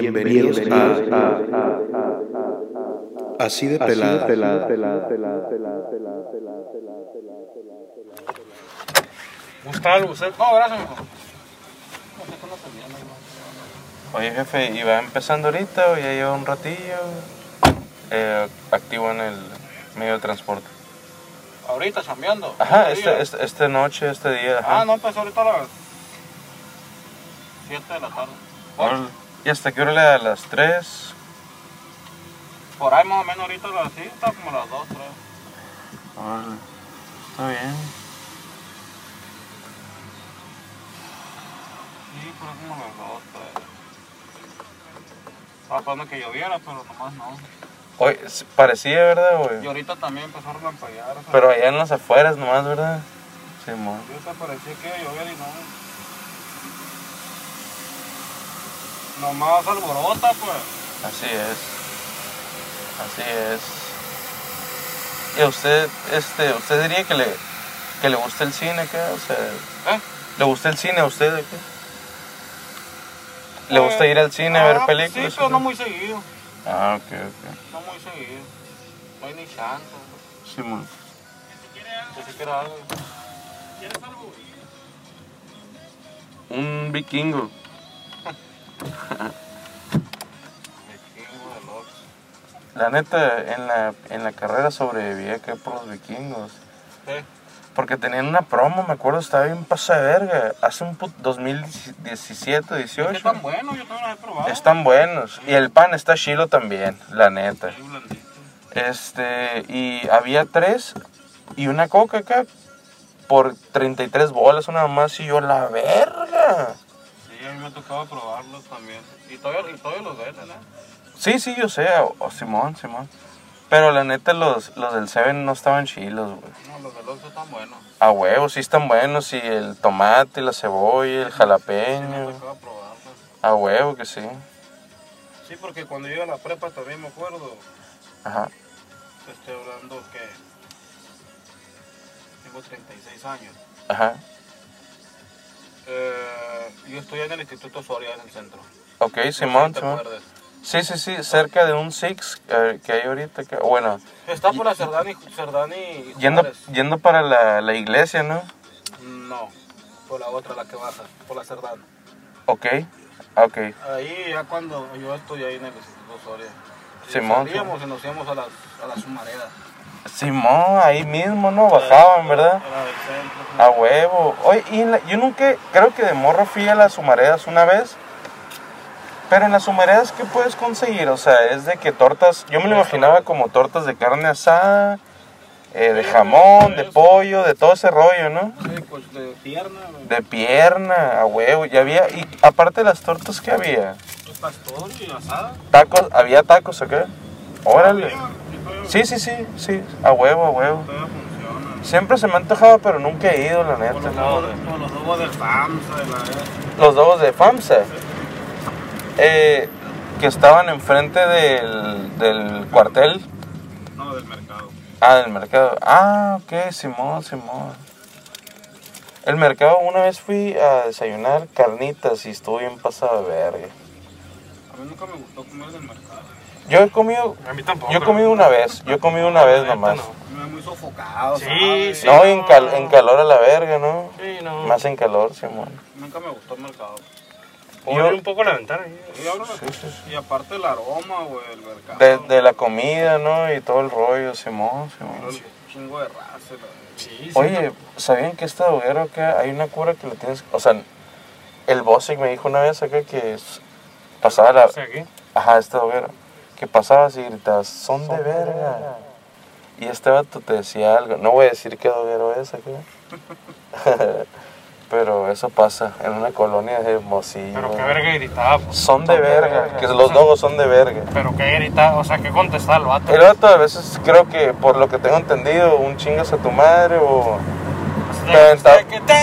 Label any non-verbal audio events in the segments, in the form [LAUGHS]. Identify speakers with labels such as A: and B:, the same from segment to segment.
A: Bienvenidos, Bienvenidos a, a, a, Así de pelada. pelada, pelada, pelada, pelada, pelada, pelada, pelada,
B: Gustavo, usted. No, gracias, mijo.
C: Oye, jefe, ¿y va empezando ahorita o ya lleva un ratillo? Eh, activo en el medio de transporte.
B: Ahorita chambeando.
C: Ajá,
B: este día.
C: este, este, este noche, este día. ajá.
B: Ah, no, empezó ahorita a las 7 de la tarde. Por,
C: Órale. ¿Y hasta qué hora le da? ¿A las 3?
B: por ahí más o menos ahorita a las sí, está como a las 2, 3.
C: Órale. Está bien.
B: Sí, por ahí como a las 2, 3. Estaba esperando que lloviera, pero nomás no.
C: Hoy, s- parecía, ¿verdad,
B: Y
C: güey?
B: ahorita también empezó a relampaguear. o sea,
C: Pero allá en las afueras nomás, ¿verdad? Sí, mo.
B: Yo te parecía que iba a llover y no. Nomás alborota, pues.
C: Así es. Así es. ¿Y a usted, este, usted diría que le, que le gusta el cine acá? O sea,
B: ¿Eh?
C: ¿le gusta el cine a usted acá? ¿Le gusta ir al cine a ver
B: Ah,
C: películas?
B: Sí, pero no
C: acá?
B: muy seguido.
C: Ah, ok, ok.
B: No muy seguido. No hay ni chance. güey.
C: Sí, mo.
B: Ni siquiera algo.
C: Un vikingo.
B: Me chingo de locos.
C: La neta, en la, en la carrera sobreviví acá por los vikingos.
B: Sí.
C: Porque tenían una promo, me acuerdo, estaba bien pasa de verga. Hace un put 2017,
B: Es que tan
C: 18.
B: bueno, yo también las he probado.
C: Están buenos. Y el pan está chilo también, la neta.
B: Sí, blandito.
C: Este, y había tres y una coca acá por 33 bolas, una más. Y yo, la verga.
B: Sí, a mí me ha tocado probarlos también. Y todavía, y todavía los venden, ¿eh?
C: Sí, sí, yo sé, o- o Simón, Simón. Pero la neta, los, los del Seven no estaban chilos, güey.
B: No, los del Oxxo están buenos.
C: A huevo, sí están buenos. Y el tomate, la cebolla, el
B: Sí, me ha
C: jalapeño.
B: tocado probarlos.
C: A huevo que sí.
B: Sí, porque cuando yo iba a la prepa también me acuerdo.
C: Ajá.
B: Te estoy hablando que tengo 36 años.
C: Ajá.
B: Eh, yo estoy en el Instituto Soria, en el centro.
C: Ok,
B: No sé si
C: Simón,
B: te
C: Simón.
B: acuerdas.
C: Sí, sí, sí, cerca de un Six eh, que hay ahorita. Que, bueno,
B: Está por la Cerdán y, Cerdán y
C: yendo,
B: Juárez.
C: yendo para la, la iglesia, ¿no?
B: No, por la otra, la que baja, por la Cerdán.
C: Ok, ok.
B: Ahí ya cuando yo estoy ahí en el Instituto Soria. Y
C: Simón,
B: Salíamos y nos íbamos a la, a la Sumareda.
C: Simón, ahí mismo, ¿no? Bajaban, ¿verdad?
B: Era del centro.
C: A huevo. Oye, y en la- yo nunca, creo que de morro fui a las sumaredas una vez. Pero en las sumaredas, ¿qué puedes conseguir? O sea, es de que tortas, yo me lo imaginaba como tortas de carne asada, eh, de jamón, de pollo, de todo ese rollo, ¿no?
B: Sí, pues, de pierna, de
C: De pierna, a huevo, ya había, y aparte de las tortas que había,
B: pues, pastor y asada.
C: tacos, había tacos, ¿o qué? Órale.
B: Sí, todavía-
C: Sí, sí, sí, sí, a huevo, a huevo.
B: todavía funciona.
C: Siempre se me ha antojado, pero nunca he ido, la
B: Con los
C: neta.
B: lobos, de- con los lobos del FAMSA, de la
C: los dos de FAMSA, eh, que estaban enfrente del, del cuartel,
B: No, del mercado.
C: ah, del mercado. Ah, ok, Simón, Simón. El mercado, una vez fui a desayunar carnitas y estuve bien pasado de verga.
B: A mí nunca me gustó comer del mercado.
C: Yo he comido,
D: A mí tampoco.
C: yo he comido una vez, yo he comido una vez nomás.
B: Me ve muy sofocado,
D: Sí,
B: ¿sabes?
D: sí.
C: No, y en, cal- en calor a la verga, ¿no?
D: Sí, no.
C: Más en calor, Simón.
B: Nunca me gustó el mercado.
D: Abre
C: Yo-
D: un poco la ventana. ahí.
B: Y, ahora- y aparte el aroma, güey, el mercado.
C: de, de la comida, ¿no? Y todo el rollo, Simón, Simón.
B: El chingo de raza. la-
D: Sí, sí.
C: Oye, ¿sabían que esta hoguera acá hay una cura que le tienes O sea, el Bossing me dijo una vez acá que s- pasaba la.
D: O sea, ¿qué?
C: Ajá, esta hoguera. Que pasabas y gritabas, son de verga. Y este vato te decía algo. No voy a decir qué hoguero es [LAUGHS] acá. Pero eso pasa en una colonia de Hermosillo.
D: Pero qué verga gritaba, pues.
C: Son de verga. Que los logos son de verga.
D: Pero qué gritaba, o sea, qué contestaba el vato.
C: El vato a veces creo que, por lo que tengo entendido, un chingas a tu madre o...
B: De-
C: Te aventa-
B: de que te-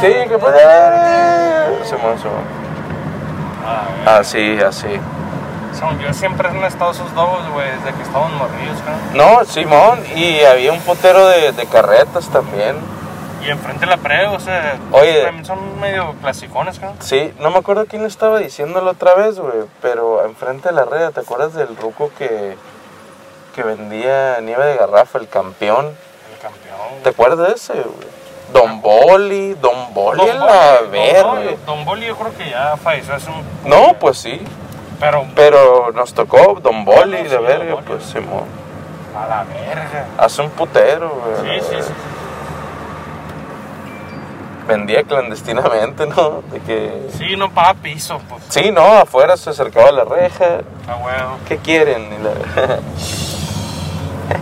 C: Sí, que puede. Simón, Simón.
D: Ah,
C: Así, así.
D: son- yo siempre han estado esos lobos, güey, desde que estaban morridos, cabrón.
C: No, Simón, y había un putero de, de carretas también.
D: Y enfrente de la pre, o sea,
C: Oye.
D: también son medio clasicones, ¿no?
C: Sí, no me acuerdo quién estaba diciéndolo otra vez, güey, pero enfrente de la red, ¿te acuerdas del ruco que, que vendía nieve de garrafa, el campeón?
D: El campeón.
C: ¿Te acuerdas de ese, güey? Don Boli, Don Boli,
D: güey.
C: a la
D: Don
C: ver,
D: Boli-
C: güey.
D: Don Boli yo creo que ya falleció hace un...
C: No, pues sí,
D: Pero
C: pero nos tocó Don Boli,
D: sí,
C: de
D: Don
C: verga,
D: Boli.
C: pues Simón.
D: a la verga.
C: Hace un putero, güey. a la
D: Sí, sí,
C: verga.
D: sí.
C: Vendía clandestinamente, [LAUGHS] ¿no? De que...
D: Sí, no paga piso, pues.
C: Sí, no, afuera se acercaba a la reja.
D: A huevo.
C: ¿Qué quieren? Y la-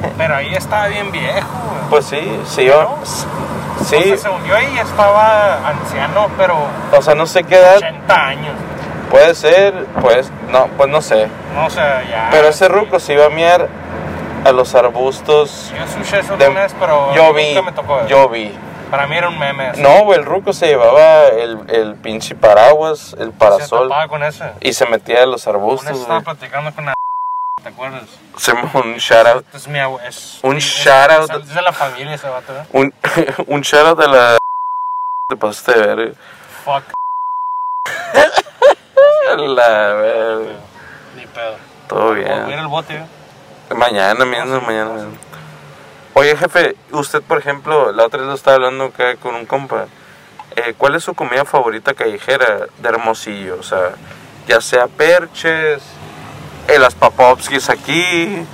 C: [LAUGHS]
D: Pero ahí estaba bien viejo, güey.
C: Pues sí, sí, yo-
D: ¿No? O
C: sí.
D: sea, según yo ahí estaba anciano, pero
C: O sea, no sé qué edad
D: 80 años.
C: puede ser, pues no, pues no sé.
D: No, o sea, ya.
C: Pero ese ruco se iba a miar a los arbustos.
D: Yo escuché eso
C: de-
D: una vez, pero
C: yo vi,
D: nunca me tocó.
C: yo vi.
D: Para mí era un meme. así.
C: No, güey, el ruco se llevaba el, el pinche paraguas, el
D: Se
C: parasol
D: tapaba con ese.
C: y se metía a los
D: Una
C: arbustos.
D: vez estaba platicando con una. [LAUGHS] ¿Te acuerdas?
C: güey. Se me- un shout out,
D: Es mi abue- es-
C: Un
D: es-
C: shout out.
D: Es de la familia ese vato, ¿eh?
C: un, [LAUGHS] un shout out a la te pasaste de ver.
D: Fuck.
C: La verga.
D: Ni pedo.
C: Todo
D: O
C: bien.
D: Mira el bote, ¿eh?
C: Mañana, mañana, mañana. mañana. Oye, jefe, usted, por ejemplo, la otra vez lo estaba hablando acá con un compa. Eh, ¿Cuál es su comida favorita callejera de Hermosillo? O sea, ya sea perches, eh, las papovskis aquí,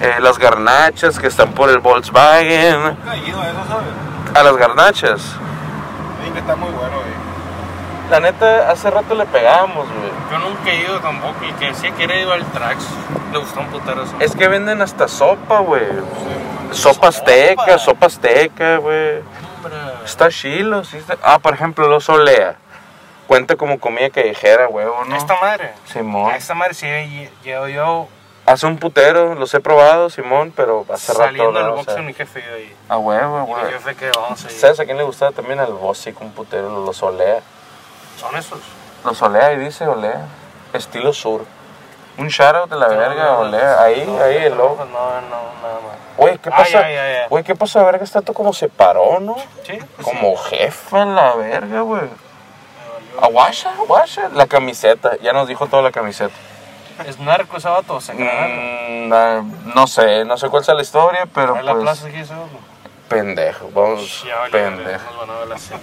C: eh, las garnachas que están por el Volkswagen.
B: Caído eso, ¿sabes?
C: A las garnachas.
B: Dicen que está muy bueno, güey.
C: La neta, hace rato le pegamos, güey.
D: Yo nunca he ido tampoco. Y que decía que era iba al Trax. Le gustó un putero eso.
C: Es que venden hasta sopa, güey. Sopa azteca, sopa azteca, güey.
D: Hombre.
C: Está chilo, sí está- Ah, por ejemplo, los olea. Cuenta como comida callejera, huevo, ¿no?
D: Esta madre.
C: Simón.
D: A esta madre sí lle- llevo yo
C: Hace un putero, los he probado, Simón, pero hace
D: saliendo
C: rato.
D: del
C: ¿no? O
D: box
C: sea,
D: con mi jefe yo ahí.
C: a huevo, a
D: Y mi
C: huevo.
D: jefe que vamos a ir.
C: ¿Sabes a quién le gustaba también al Bossic un putero, los olea?
D: Son esos.
C: Los olea y dice olea. Estilo sur. Un shoutout de la verga,
D: No, no,
C: olea. Ahí,
D: no,
C: ahí el
D: no, pues,
C: loco.
D: No, no, Ah, nada más.
C: Güey, ¿qué
D: Ay,
C: pasa?
D: ay, ay, ay.
C: Güey, ¿qué pasa de verga? Está todo como se paró, ¿no?
D: Sí, pues sí.
C: Como jefa en la verga, güey. Aguasha, aguasha. La camiseta, ya nos dijo toda la camiseta.
D: Es narco ese vato, se cagan.
C: Mm, na- no sé, no sé cuál sea la historia, pero
D: En la
C: pues,
D: plaza aquí ese vato.
C: pendejo, vamos,
D: Ya valió,
C: pendejo.
D: nos van a ver la cena.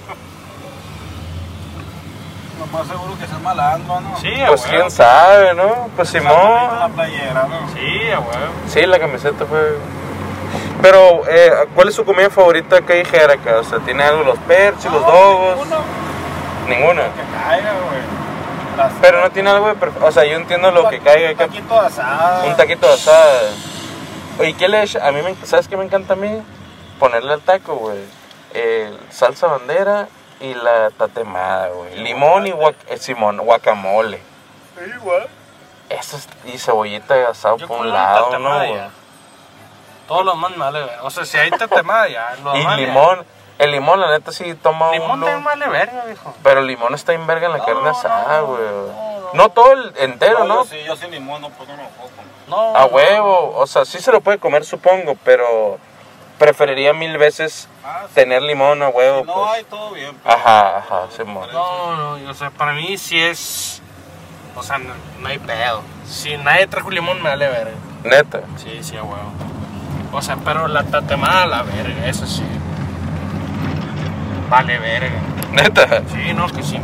B: Lo más seguro que sea malandro, ¿no?
D: Sí, a
C: Pues
D: huevo.
C: quién sabe, ¿no? Pues
B: Con la
C: Simón.
B: playera, ¿no?
D: Sí, a huevo.
C: Sí, la camiseta fue... Pero, eh, ¿cuál es su comida favorita callejera acá? O sea, ¿tiene algo los perches, los dogos?
B: Uno
C: Ninguna.
B: que caiga, güey. Las-
C: Pero no tiene algo de... perf- O sea, yo entiendo lo que caiga acá.
B: Un taquito asado.
C: Un taquito de asada. Oye, ¿qué le echa? A mí, me, ¿sabes qué me encanta a mí? Ponerle al taco, güey. El salsa bandera y la tatemada, güey. Limón y guac eh, Simón, guacamole.
B: Sí, güey.
C: Eso es- y cebollita de asado
D: Yo
C: por
D: con
C: un
D: una
C: lado, ¿no?
D: tatemada
C: güey?
D: ya. Todo lo más malo, güey. O sea, si hay tatemada ya, lo
C: Y
D: demás ya.
C: limón. El limón, la neta, sí toma
D: Limón
C: uno.
D: también vale verga, viejo.
C: Pero el limón está en verga en la
D: No,
C: carne
D: no,
C: asada,
D: no,
C: güey.
D: no, no.
C: No todo el entero, ¿no? Ah,
B: Yo, sí, yo sin limón no puedo no lo puedo comer.
D: No.
C: A huevo. O sea, sí se lo puede comer, supongo, pero preferiría mil veces
B: Ah, sí.
C: tener limón a huevo.
B: Si no
C: pues.
B: hay todo bien. pero-
C: Ajá, ajá, Simón.
D: No, no, y, o sea, para mí sí es. O sea, no, no hay pedo. Si nadie trajo limón, me vale verga.
C: Neta.
D: Sí, sí, a huevo. O sea, pero la tatemada, la verga, eso sí. Vale verga.
C: Neta.
D: Sí, no, que sí.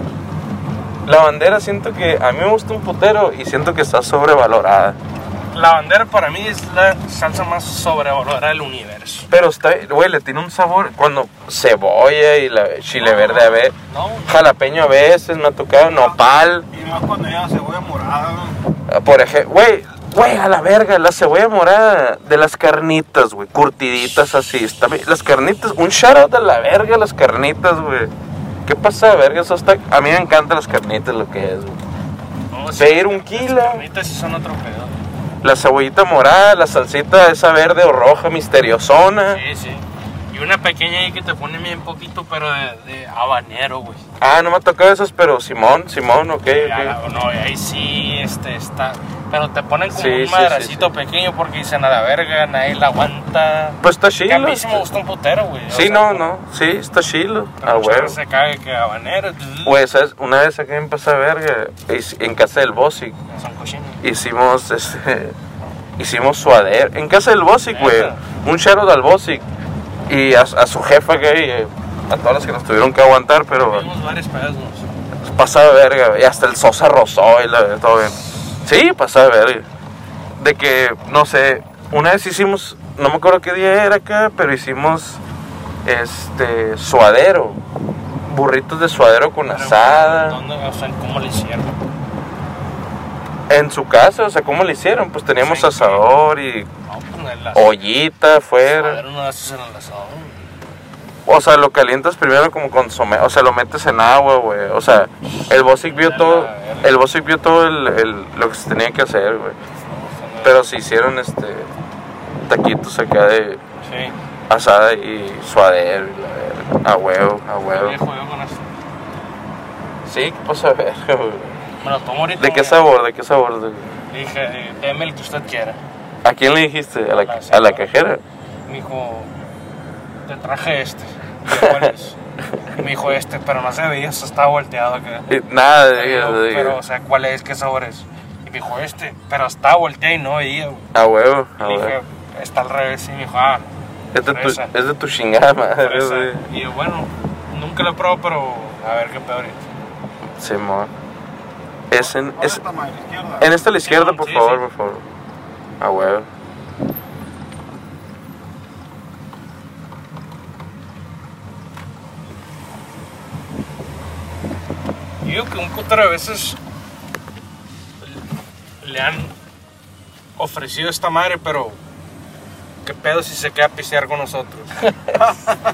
C: La bandera siento que a mí me gusta un putero y siento que está sobrevalorada.
D: La bandera para mí es la salsa más sobrevalorada del universo.
C: Pero está, güey, le tiene un sabor cuando cebolla y la, chile verde a veces,
D: No,
C: jalapeño a veces me ha tocado, nopal,
B: Y más cuando lleva cebolla morada, ¿no?
C: por ejemplo, güey, güey, a la verga, la cebolla morada de las carnitas, güey, curtiditas así, está bien. las carnitas, un shout out a la verga las carnitas, güey. ¿Qué pasa, verga? Eso está, a mí me encantan las carnitas, lo que es, güey.
D: no,
C: Pedir un kilo.
D: Pues Las carnitas sí son otro pedo.
C: La cebollita morada, la salsita esa verde o roja misteriosona.
D: Sí, sí. Y una pequeña ahí que te pone bien poquito, pero de, de habanero, güey.
C: Ah, no me ha tocado esas, pero Simón, Simón, ok,
D: Ya,
C: ok.
D: No, ahí sí. este, está. Pero te ponen como
C: Sí, sí,
D: un
C: sí,
D: madracito
C: sí.
D: pequeño porque dicen a la verga, nadie la aguanta.
C: Pues está
D: Que a mí
C: chilo.
D: sí me gustó un putero, güey. o
C: Sí,
D: sea,
C: no, no. Sí, está chilo.
D: pero
C: Ah,
D: mucha
C: güey.
D: gente se caga que habanero.
C: Güey, ¿sabes? Una vez acá en Pasa Verga, es- en casa del Bosic,
D: Son cochinos.
C: hicimos este. [LAUGHS] Hicimos suadero. En casa del Bosic, güey.
D: Neta.
C: Un charo del Bosic. Y a, a su jefa, güey. eh, A todas las que nos tuvieron que aguantar, pero.
D: Tuvimos varios pedazos.
C: Pasaba de verga, güey. Y hasta el Sosa rozó y la, todo bien. Sí, pasaba de verga. De que, no sé, una vez hicimos, no me acuerdo qué día era acá, pero hicimos este suadero. Burritos de suadero con
D: Pero,
C: asada.
D: ¿Dónde? O sea, ¿cómo le hicieron?
C: En su casa, o sea, ¿cómo le hicieron? Pues teníamos
D: Sí.
C: asador y
D: No, pues en el asador.
C: ollita
D: A ver,
C: afuera.
D: uno de esos en el asador.
C: O sea, lo calientas primero como consomé. O sea, lo metes en agua, güey. O sea, el Bosic vio todo. El Bosic vio todo el- el- lo que se tenía que hacer, güey. Pero se hicieron este taquitos acá de
D: Sí.
C: asada y suadero y la verga. A huevo, a
D: Yo
C: huevo.
D: juego con eso.
C: Sí, pues a ver. [LAUGHS] güey.
D: Me lo tomo ahorita.
C: ¿De qué
D: mira.
C: sabor? ¿De qué sabor? De-
D: Dije, eh, deme el que usted quiera.
C: ¿A quién le dijiste? ¿A la, a la cajera?
D: Me dijo, te traje este.
C: [LAUGHS]
D: Dije, ¿Cuál es? Y Me dijo este, pero no se veía, se estaba volteado acá.
C: Eh, Nada,
D: Le
C: de,
D: digo,
C: de-
D: pero, o sea, ¿cuál es? ¿Qué sabor es? Y me dijo este, pero estaba volteado y no veía. güey.
C: a huevo, a
D: Le dije,
C: huevo.
D: está al revés. Y me dijo, ah,
C: Es de tu,
D: fresa.
C: es de tu chingada madre.
D: fresa.
C: güey.
D: Y yo, bueno, nunca lo he probado, pero a ver qué peor es.
C: Simón. Es en, es,
B: Ahora tamaño izquierda.
C: en esta a la izquierda, por
D: Sí,
C: favor,
D: sí.
C: por favor. A huevo.
D: [LAUGHS] Yo digo que un cutero a veces le han ofrecido esta madre, pero qué pedo si se queda a pisear con nosotros.
C: [LAUGHS]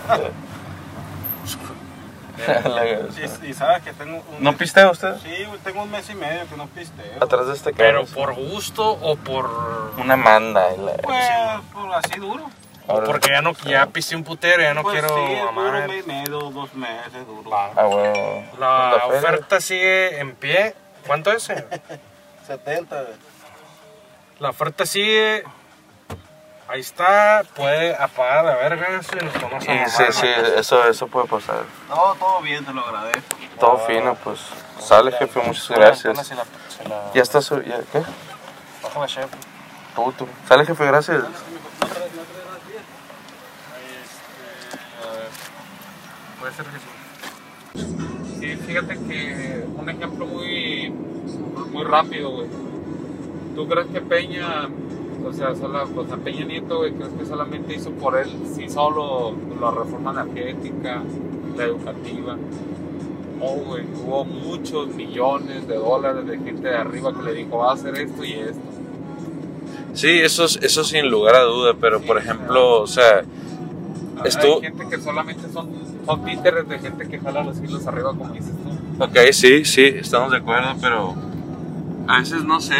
B: Y, y sabes que tengo un.
C: pues. ¿No pistea usted?
B: Sí, güey, tengo un mes y medio que no pisteo.
C: Atrás de este
D: Pero
C: carro.
D: por gusto o por
C: Una manda. y la-
B: Pues, por así duro.
D: o
C: Ahora-
D: porque ya no ya pisé un putero, ya no
B: pues
D: quiero
B: sí,
D: a
B: duro un
D: madre.
B: mes y medio, dos meses duro.
C: A Ah, huevo.
D: La
C: Puta feria.
D: oferta sigue en pie. ¿Cuánto es? eh?
B: 70, güey.
D: La oferta sigue. Ahí está, puede apagar la verga si nos conoce.
C: Y sí, sí, eso, eso puede pasar.
B: Todo, todo bien, te lo agradezco.
C: Todo
D: Ah.
C: fino, pues. Sale, jefe, muchas gracias. Ya está su. Ya, ¿Qué?
D: Bájame, chef.
C: Tú, tú. Sale, jefe, gracias.
D: Puede ser que sí. Sí, fíjate que un ejemplo muy, muy rápido, güey.
E: ¿Tú crees que Peña, o sea, sola- o sea, Peña Nieto, güey, crees que solamente hizo por él, sí solo la reforma energética, la educativa? No, güey, hubo muchos millones de dólares de gente de arriba que le dijo, va a hacer esto y esto.
C: Sí, eso, es- eso sin lugar a duda, pero
E: Sí,
C: por
E: claro.
C: ejemplo, o sea,
E: La verdad,
C: Estuvo-
E: Hay gente que solamente son, son títeres de gente que jala los hilos arriba, como dices tú.
C: ok, sí, sí, estamos de acuerdo, pero a veces no sé.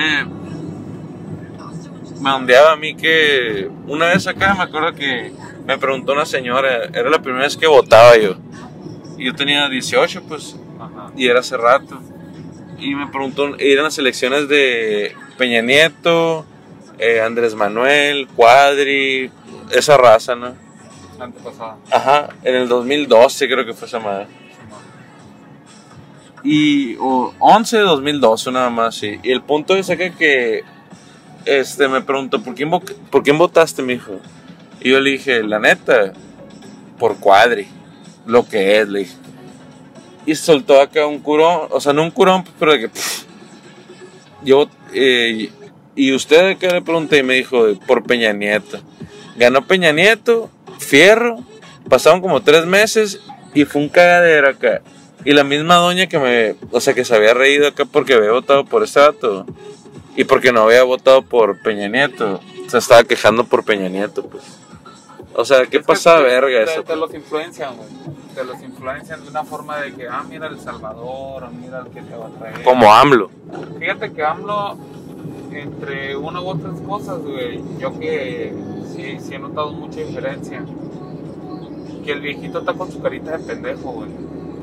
C: Me ondeaba a mí que una vez acá me acuerdo que me preguntó una señora, era la primera vez que votaba yo. Y yo tenía 18, pues,
E: Ajá.
C: y era hace rato. Y me preguntó, eran las elecciones de Peña Nieto, eh, Andrés Manuel, Cuadri, esa raza, ¿no?
E: Antepasada.
C: Ajá, en el 2012 creo que fue esa madre. Y o 11 de 2012 nada más, sí. Y el punto es acá que este, me preguntó, ¿por quién, vo- ¿por quién votaste, mijo? Y yo le dije, la neta, por Cuadri, lo que es, le dije. Y soltó acá un curón, o sea, no un curón, pero de que... pff, yo, eh, y usted que le pregunté y me dijo, por Peña Nieto. Ganó Peña Nieto, Fierro, pasaron como tres meses y fue un cagadero acá. Y la misma doña que me, o sea, que se había reído acá porque había votado por ese vato y porque no había votado por Peña Nieto, se estaba quejando por Peña Nieto, pues. O sea, ¿qué
E: Es que pues,
C: pasa
E: te-
C: verga
E: te,
C: eso?
E: Te los influencian, güey. Te los influencian de una forma de que, ah, mira el Salvador, o mira el que te va a traer.
C: Como AMLO.
E: Fíjate que AMLO, entre una u otras cosas, güey, yo que sí, sí he notado mucha diferencia. Que el viejito está con su carita de pendejo, güey.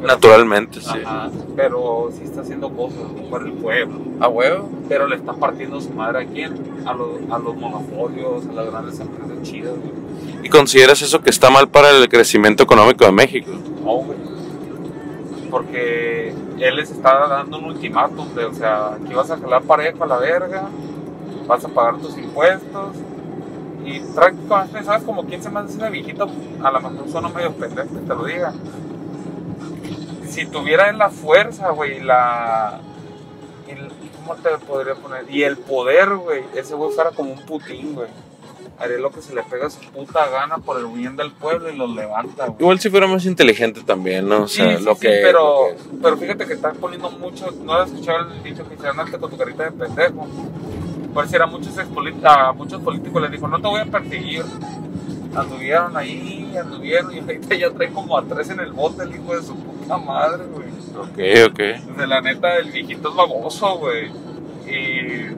E: pero-
C: Naturalmente, sí.
E: Ajá, pero sí está haciendo cosas por el pueblo.
C: A huevo.
E: Pero le está partiendo su madre a quién? A los, a los monopolios, a las grandes empresas chidas, güey.
C: ¿Y consideras eso que está mal para el crecimiento económico de México?
E: No, güey. Porque él les está dando un ultimátum de, o sea, aquí vas a jalar parejo a la verga, vas a pagar tus impuestos. Y prácticamente, ¿sabes? Como 15 más de viejito, a lo mejor son medio pendejos que te lo diga. Si tuviera él la fuerza, güey, y la. y el- ¿Cómo te podría poner? Y el poder, güey. Ese güey fuera como un putín, güey. Haría lo que se le pega a su puta gana por el bien del pueblo y los levanta, güey.
C: Igual si fuera más inteligente también, ¿no? O sea,
E: Sí, sí,
C: lo,
E: sí,
C: que,
E: pero,
C: lo que-
E: pero fíjate que estás poniendo mucho. No has escuchado el dicho que hicieron antes con tu carita de pendejo. Por si era muchos, expoli- a muchos políticos les dijo: No te voy a perseguir. Anduvieron ahí, anduvieron y ahorita ya trae como a tres en el bote el hijo de su puta madre, güey.
C: Ok, ok.
E: De la neta, el viejito es baboso, güey. Y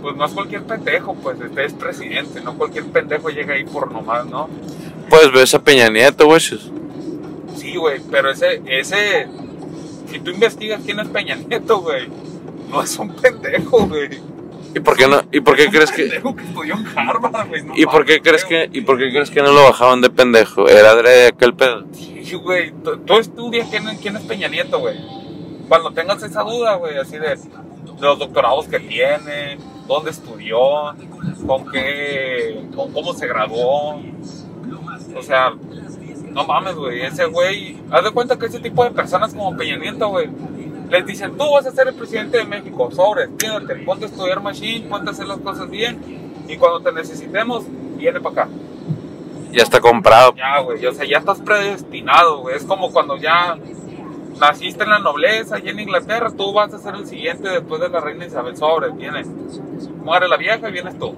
E: pues no es cualquier pendejo, pues este es presidente, no cualquier pendejo llega ahí por nomás, ¿no?
C: Pues ves a Peña Nieto, güey. sus-
E: Sí, güey, pero ese, ese, si tú investigas quién es Peña Nieto, güey, no es un pendejo, güey.
C: ¿Y por qué no? ¿Y por qué crees
E: Un
C: que
E: pendejo que estudió en Harvard, güey. no
C: y por qué
E: mames,
C: crees
E: güey.
C: que y por qué crees que no lo bajaban de pendejo? Era de aquel pedo.
E: Sí, güey, tú, tú estudias quién, es- quién es Peña Nieto, güey. Cuando tengas esa duda, güey, así de, de los doctorados que tiene, dónde estudió, con qué, con cómo se graduó. O sea, no mames, güey, ese güey, haz de cuenta que ese tipo de personas como Peña Nieto, güey, les dicen, tú vas a ser el presidente de México, sobre, tídate, ponte a estudiar machine, ponte a hacer las cosas bien, y cuando te necesitemos, viene para acá.
C: Ya está comprado.
E: Ya, güey, o sea, ya estás predestinado, güey. Es como cuando ya naciste en la nobleza y en Inglaterra, tú vas a ser el siguiente después de la reina Isabel Sobre, vienes. Muere la vieja y vienes tú.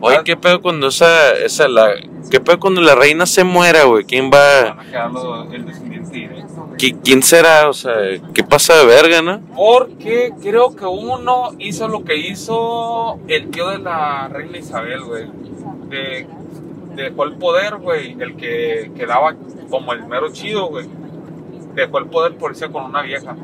C: Oye,
E: Ah.
C: qué pedo cuando esa esa la qué pedo cuando la reina se muera, güey. ¿Quién va?
E: Van a quedar los- el descendiente directo.
C: qui- ¿Quién será? O sea, ¿qué pasa de verga, no?
E: Porque creo que uno hizo lo que hizo el tío de la reina Isabel, güey. De, dejó el poder, güey, el que quedaba como el mero chido, güey. Dejó el poder por irse con una vieja.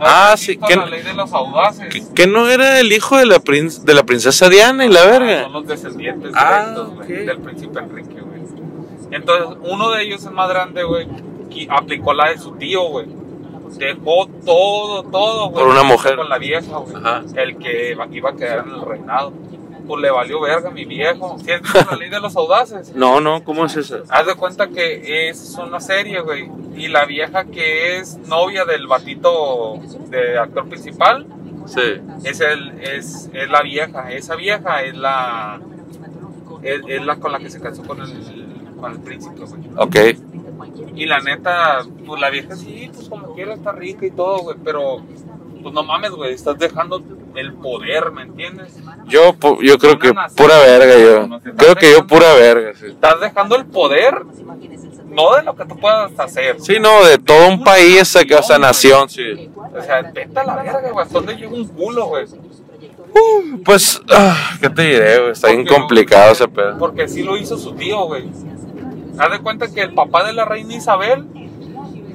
C: Ah, sí,
E: que
C: que-
E: la ley de los audaces.
C: ¿Que, que no era el hijo de la prin- de la princesa Diana y la
E: Ah,
C: verga?
E: Son los descendientes
C: Ah,
E: directos, güey,
C: ok.
E: del príncipe Enrique, güey. Entonces, uno de ellos, el más grande, güey, que aplicó la de su tío, güey. Dejó todo, todo, güey.
C: Por una mujer.
E: Con la vieja, güey.
C: Ajá.
E: El que iba- iba a quedar en el reinado. Pues le valió verga, mi viejo. Si es la ley de los audaces.
C: No, no, ¿cómo es Ah, esa?
E: Haz de cuenta que es una serie, güey. Y la vieja que es novia del batito de actor principal
C: Sí.
E: es, el, es, es la vieja. Esa vieja es la, es, es la con la que se casó con el, con el príncipe, güey.
C: Ok.
E: Y la neta, pues la vieja sí, pues como quiera está rica y todo, güey, pero pues no mames, güey, estás dejando el poder, ¿me entiendes?
C: Yo, pu- yo creo que
E: Una nación.
C: pura verga, yo. Creo que yo pura verga, sí.
E: Estás dejando el poder, no de lo que tú puedas hacer.
C: Sí, no, de todo un país, acá, o sea, nación, sí.
E: O sea, vete a la verga, güey, hasta donde llega un culo, güey.
C: Pues, ah, ¿qué te diré, güey? Está bien
E: Porque-
C: complicado ese pedo.
E: Porque sí lo hizo su tío, güey. Haz de cuenta que el papá de la reina Isabel,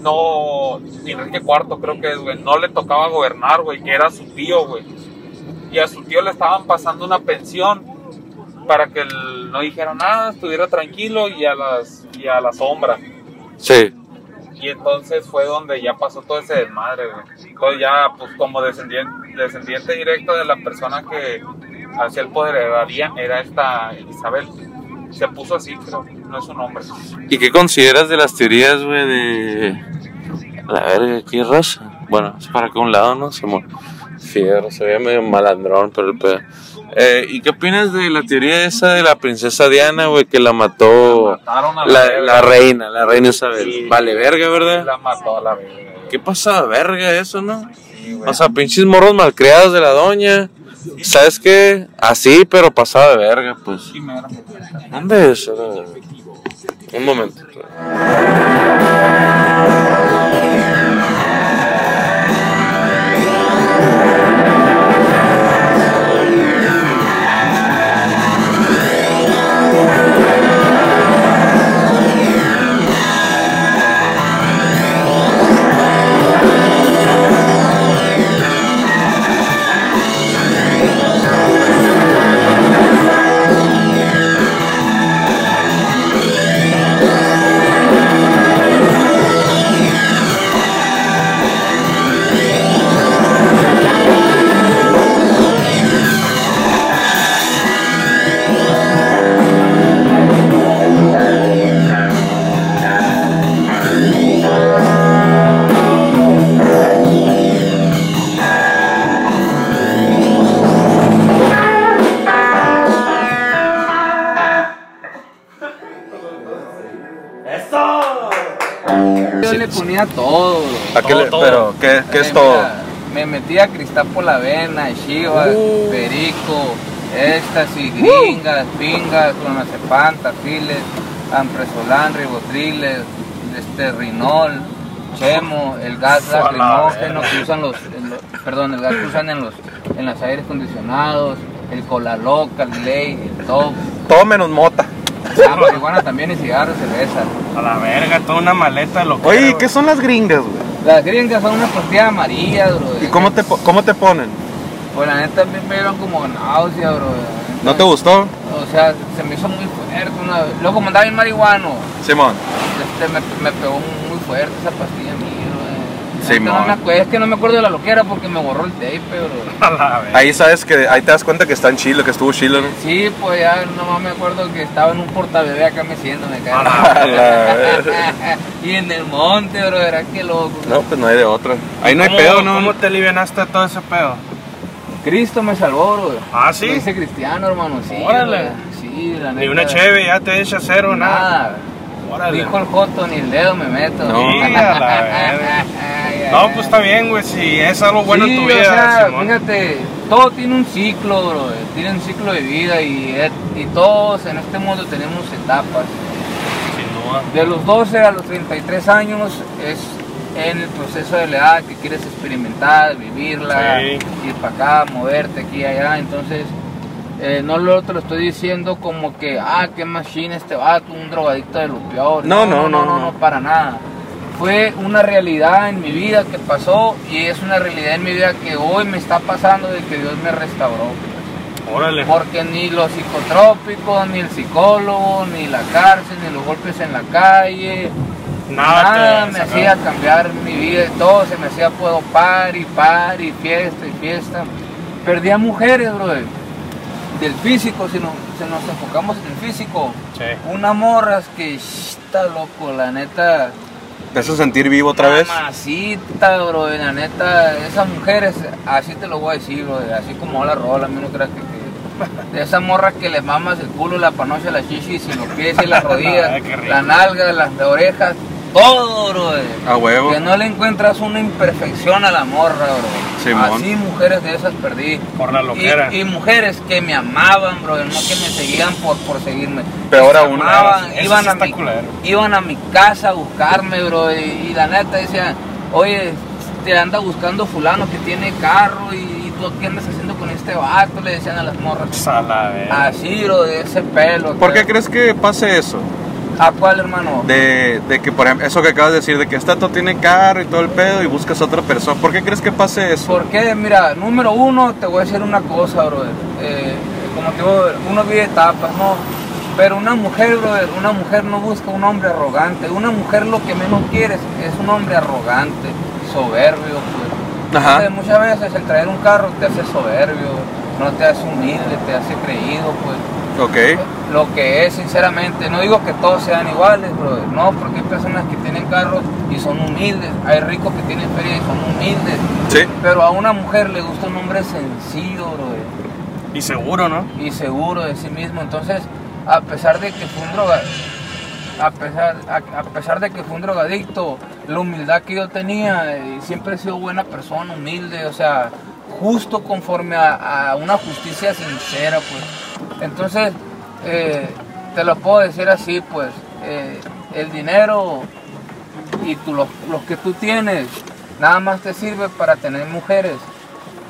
E: no, Enrique IV creo que es, güey, no le tocaba gobernar, güey, que era su tío, güey. Y a su tío le estaban pasando una pensión para que él no dijera nada, estuviera tranquilo y a, las, y a la sombra.
C: Sí.
E: Y entonces fue donde ya pasó todo ese desmadre, güey. Entonces ya, pues como descendiente, descendiente directo de la persona que hacía el poder era, Dia- era esta Isabel. Se puso así, creo, no es su nombre.
C: ¿Y qué consideras de las teorías, güey, de... La verga, qué raza. Bueno, es para que un lado, ¿no? Se mu- Fierro, se veía medio malandrón, pero el pedo. Eh, ¿Y qué opinas de la teoría esa de la princesa Diana, güey, que la mató
E: Mataron a la,
C: la,
E: verga.
C: la reina, la reina Isabel?
E: Sí.
C: Vale, verga, ¿verdad?
E: La mató a la verga. güey.
C: ¿Qué pasa, verga, eso, no?
E: Sí, güey.
C: O sea, pinches morros malcriados de la doña. ¿Sabes qué? Así, pero pasada de verga, pues.
E: Sí, me era-
C: ¿Dónde es? Ahora, Un momento.
F: ponía todo.
D: Oh.
C: ¿A qué le-
F: todo,
C: pero,
F: todo.
C: ¿qué- qué es
F: Eh,
C: todo?
F: mira, me metía cristal por la vena, chivas,
C: Uh.
F: perico, éxtasis, gringas, pingas, clonazepam, tafiles, ampresolán, ribotriles, este, rinol, chemo, el gas lacrimógeno que usan los, en los- perdón, el gas que usan en los, en los aires acondicionados, el cola loca, el ley, el top,
C: Todo menos mota.
F: la marihuana también y cigarros, cerveza.
B: A la verga, toda una maleta lo
C: Oye, ¿y ¿qué son las gringas, güey?
F: Las gringas son una tortilla amarilla, bro.
C: ¿Y cómo te, po- cómo te ponen?
F: Pues la neta a mí me dieron como náusea, bro.
C: ¿No te gustó?
F: O sea, se me hizo muy fuerte. Una... Luego como andaba bien marihuano,
C: Simón.
F: este, me, me pegó muy fuerte esa pastilla mía, bro.
C: Sí,
F: Es que no
C: mon.
F: me acuerdo- es que no me acuerdo de la loquera porque me borró el tape, bro.
C: Ahí sabes que, ahí te das cuenta que está en Chile, que estuvo Chile, ¿no?
F: Sí, pues ya nomás me acuerdo que estaba en un portabebé acá me siento, me cae.
C: [LAUGHS] A la verga.
F: y en el monte, bro, era que loco.
C: No, pues no hay de otra. Ahí no hay
B: ¿Cómo-
C: pedo, ¿no?
B: ¿Cómo te alivianaste de todo ese pedo?
F: Cristo me salvó, bro.
B: Ah,
F: Me
B: sí.
F: hice cristiano, hermano, sí.
B: Órale.
F: bro. Sí, la neta.
B: Ni una cheve, ya te echa cero, nada.
F: Nada.
B: Ah, Órale.
F: Dijo el Joto, ni el dedo me meto.
C: No.
B: Sí, a la
F: [LAUGHS]
B: verga.
F: Ay, ay,
B: No,
F: ay.
B: pues está bien, güey, si es algo bueno
F: Sí,
B: en tu
F: o sea,
B: vida, Simón.
F: fíjate, todo tiene un ciclo, bro. Tiene un ciclo de vida y, es- y todos en este mundo tenemos etapas.
B: Sin duda.
F: De los 12 a los 33 años es en el proceso de la edad que quieres experimentar, vivirla,
B: Sí.
F: ir para acá, moverte aquí y allá. Entonces, eh, no lo te lo estoy diciendo como que, ah, qué machine este vato, un drogadicto de lupeador.
C: No, no,
F: no,
C: no, no.
F: no, para nada. Fue una realidad en mi vida que pasó y es una realidad en mi vida que hoy me está pasando de que Dios me
C: [LAUGHS]
F: restauró.
B: Órale.
F: Porque ni los psicotrópicos, ni el psicólogo, ni la cárcel, ni los golpes en la calle,
B: Nada
F: nada,
B: te
F: Ah, me
B: sacaron.
F: hacía cambiar mi vida, y todo se me hacía puedo par y par y fiesta y fiesta. Perdí a mujeres, brother. Del físico, si nos, si nos enfocamos en el físico,
B: Sí.
F: unas morras que shh, está loco, la neta.
C: ¿Te hace sentir vivo otra vez?
F: Mamacita, bro, y la neta, esas mujeres, así te lo voy a decir, bro, así como va la rola, a mí no creas que, que- De esas morras que les mamas el culo, la panocha, la chichis, y los pies
B: [LAUGHS]
F: y las rodillas,
B: qué rico.
F: la nalga, las orejas, todo, bro.
C: A huevo.
F: Que no le encuentras una imperfección a la morra, bro.
C: Simón.
F: Así mujeres de esas perdí.
B: Por la loquera.
F: Y, y mujeres que me amaban, bro, no que me seguían por, por seguirme.
C: Peor
F: Me
C: aún. ah,
F: amaban,
B: Eso sí
F: iban, a
B: está
F: mi,
B: culero.
F: iban a mi casa a buscarme, bro, y, y la neta decían, oye, te anda buscando fulano que tiene carro y, y tú qué andas haciendo con este vato, le decían a las morras.
B: Pues A la verga.
F: Así, bro, de ese pelo.
C: ¿Por qué
F: creo.
C: crees que pase eso?
F: ¿A cuál, hermano?
C: De, de que, por ejemplo, eso que acabas de decir, de que Estato tiene carro y todo el pedo y buscas otra persona. ¿Por qué crees que pase eso?
F: ¿Por qué? Mira, número uno, te voy a decir una cosa, brother. Eh, como te digo, uno vive etapas, ¿no? Pero una mujer, brother, una mujer no busca un hombre arrogante. Una mujer lo que menos quiere es, es un hombre arrogante, soberbio, pues.
C: Ajá.
F: Entonces, muchas veces el traer un carro te hace soberbio, no te hace humilde, te hace creído, pues
C: Ok.
F: lo que es sinceramente, no digo que todos sean iguales, brother, no, porque hay personas que tienen carros y son humildes, hay ricos que tienen feria y son humildes,
C: Sí.
F: pero a una mujer le gusta un hombre sencillo, brother,
B: Y seguro, ¿no?
F: y seguro de sí mismo, entonces, a pesar de que fue un droga, a pesar, a, a pesar de que fue un drogadicto, la humildad que yo tenía, eh, siempre he sido buena persona, humilde, o sea, justo conforme a, a una justicia sincera, pues. Entonces, eh, te lo puedo decir así, pues, eh, el dinero y tú, los, los que tú tienes, nada más te sirve para tener mujeres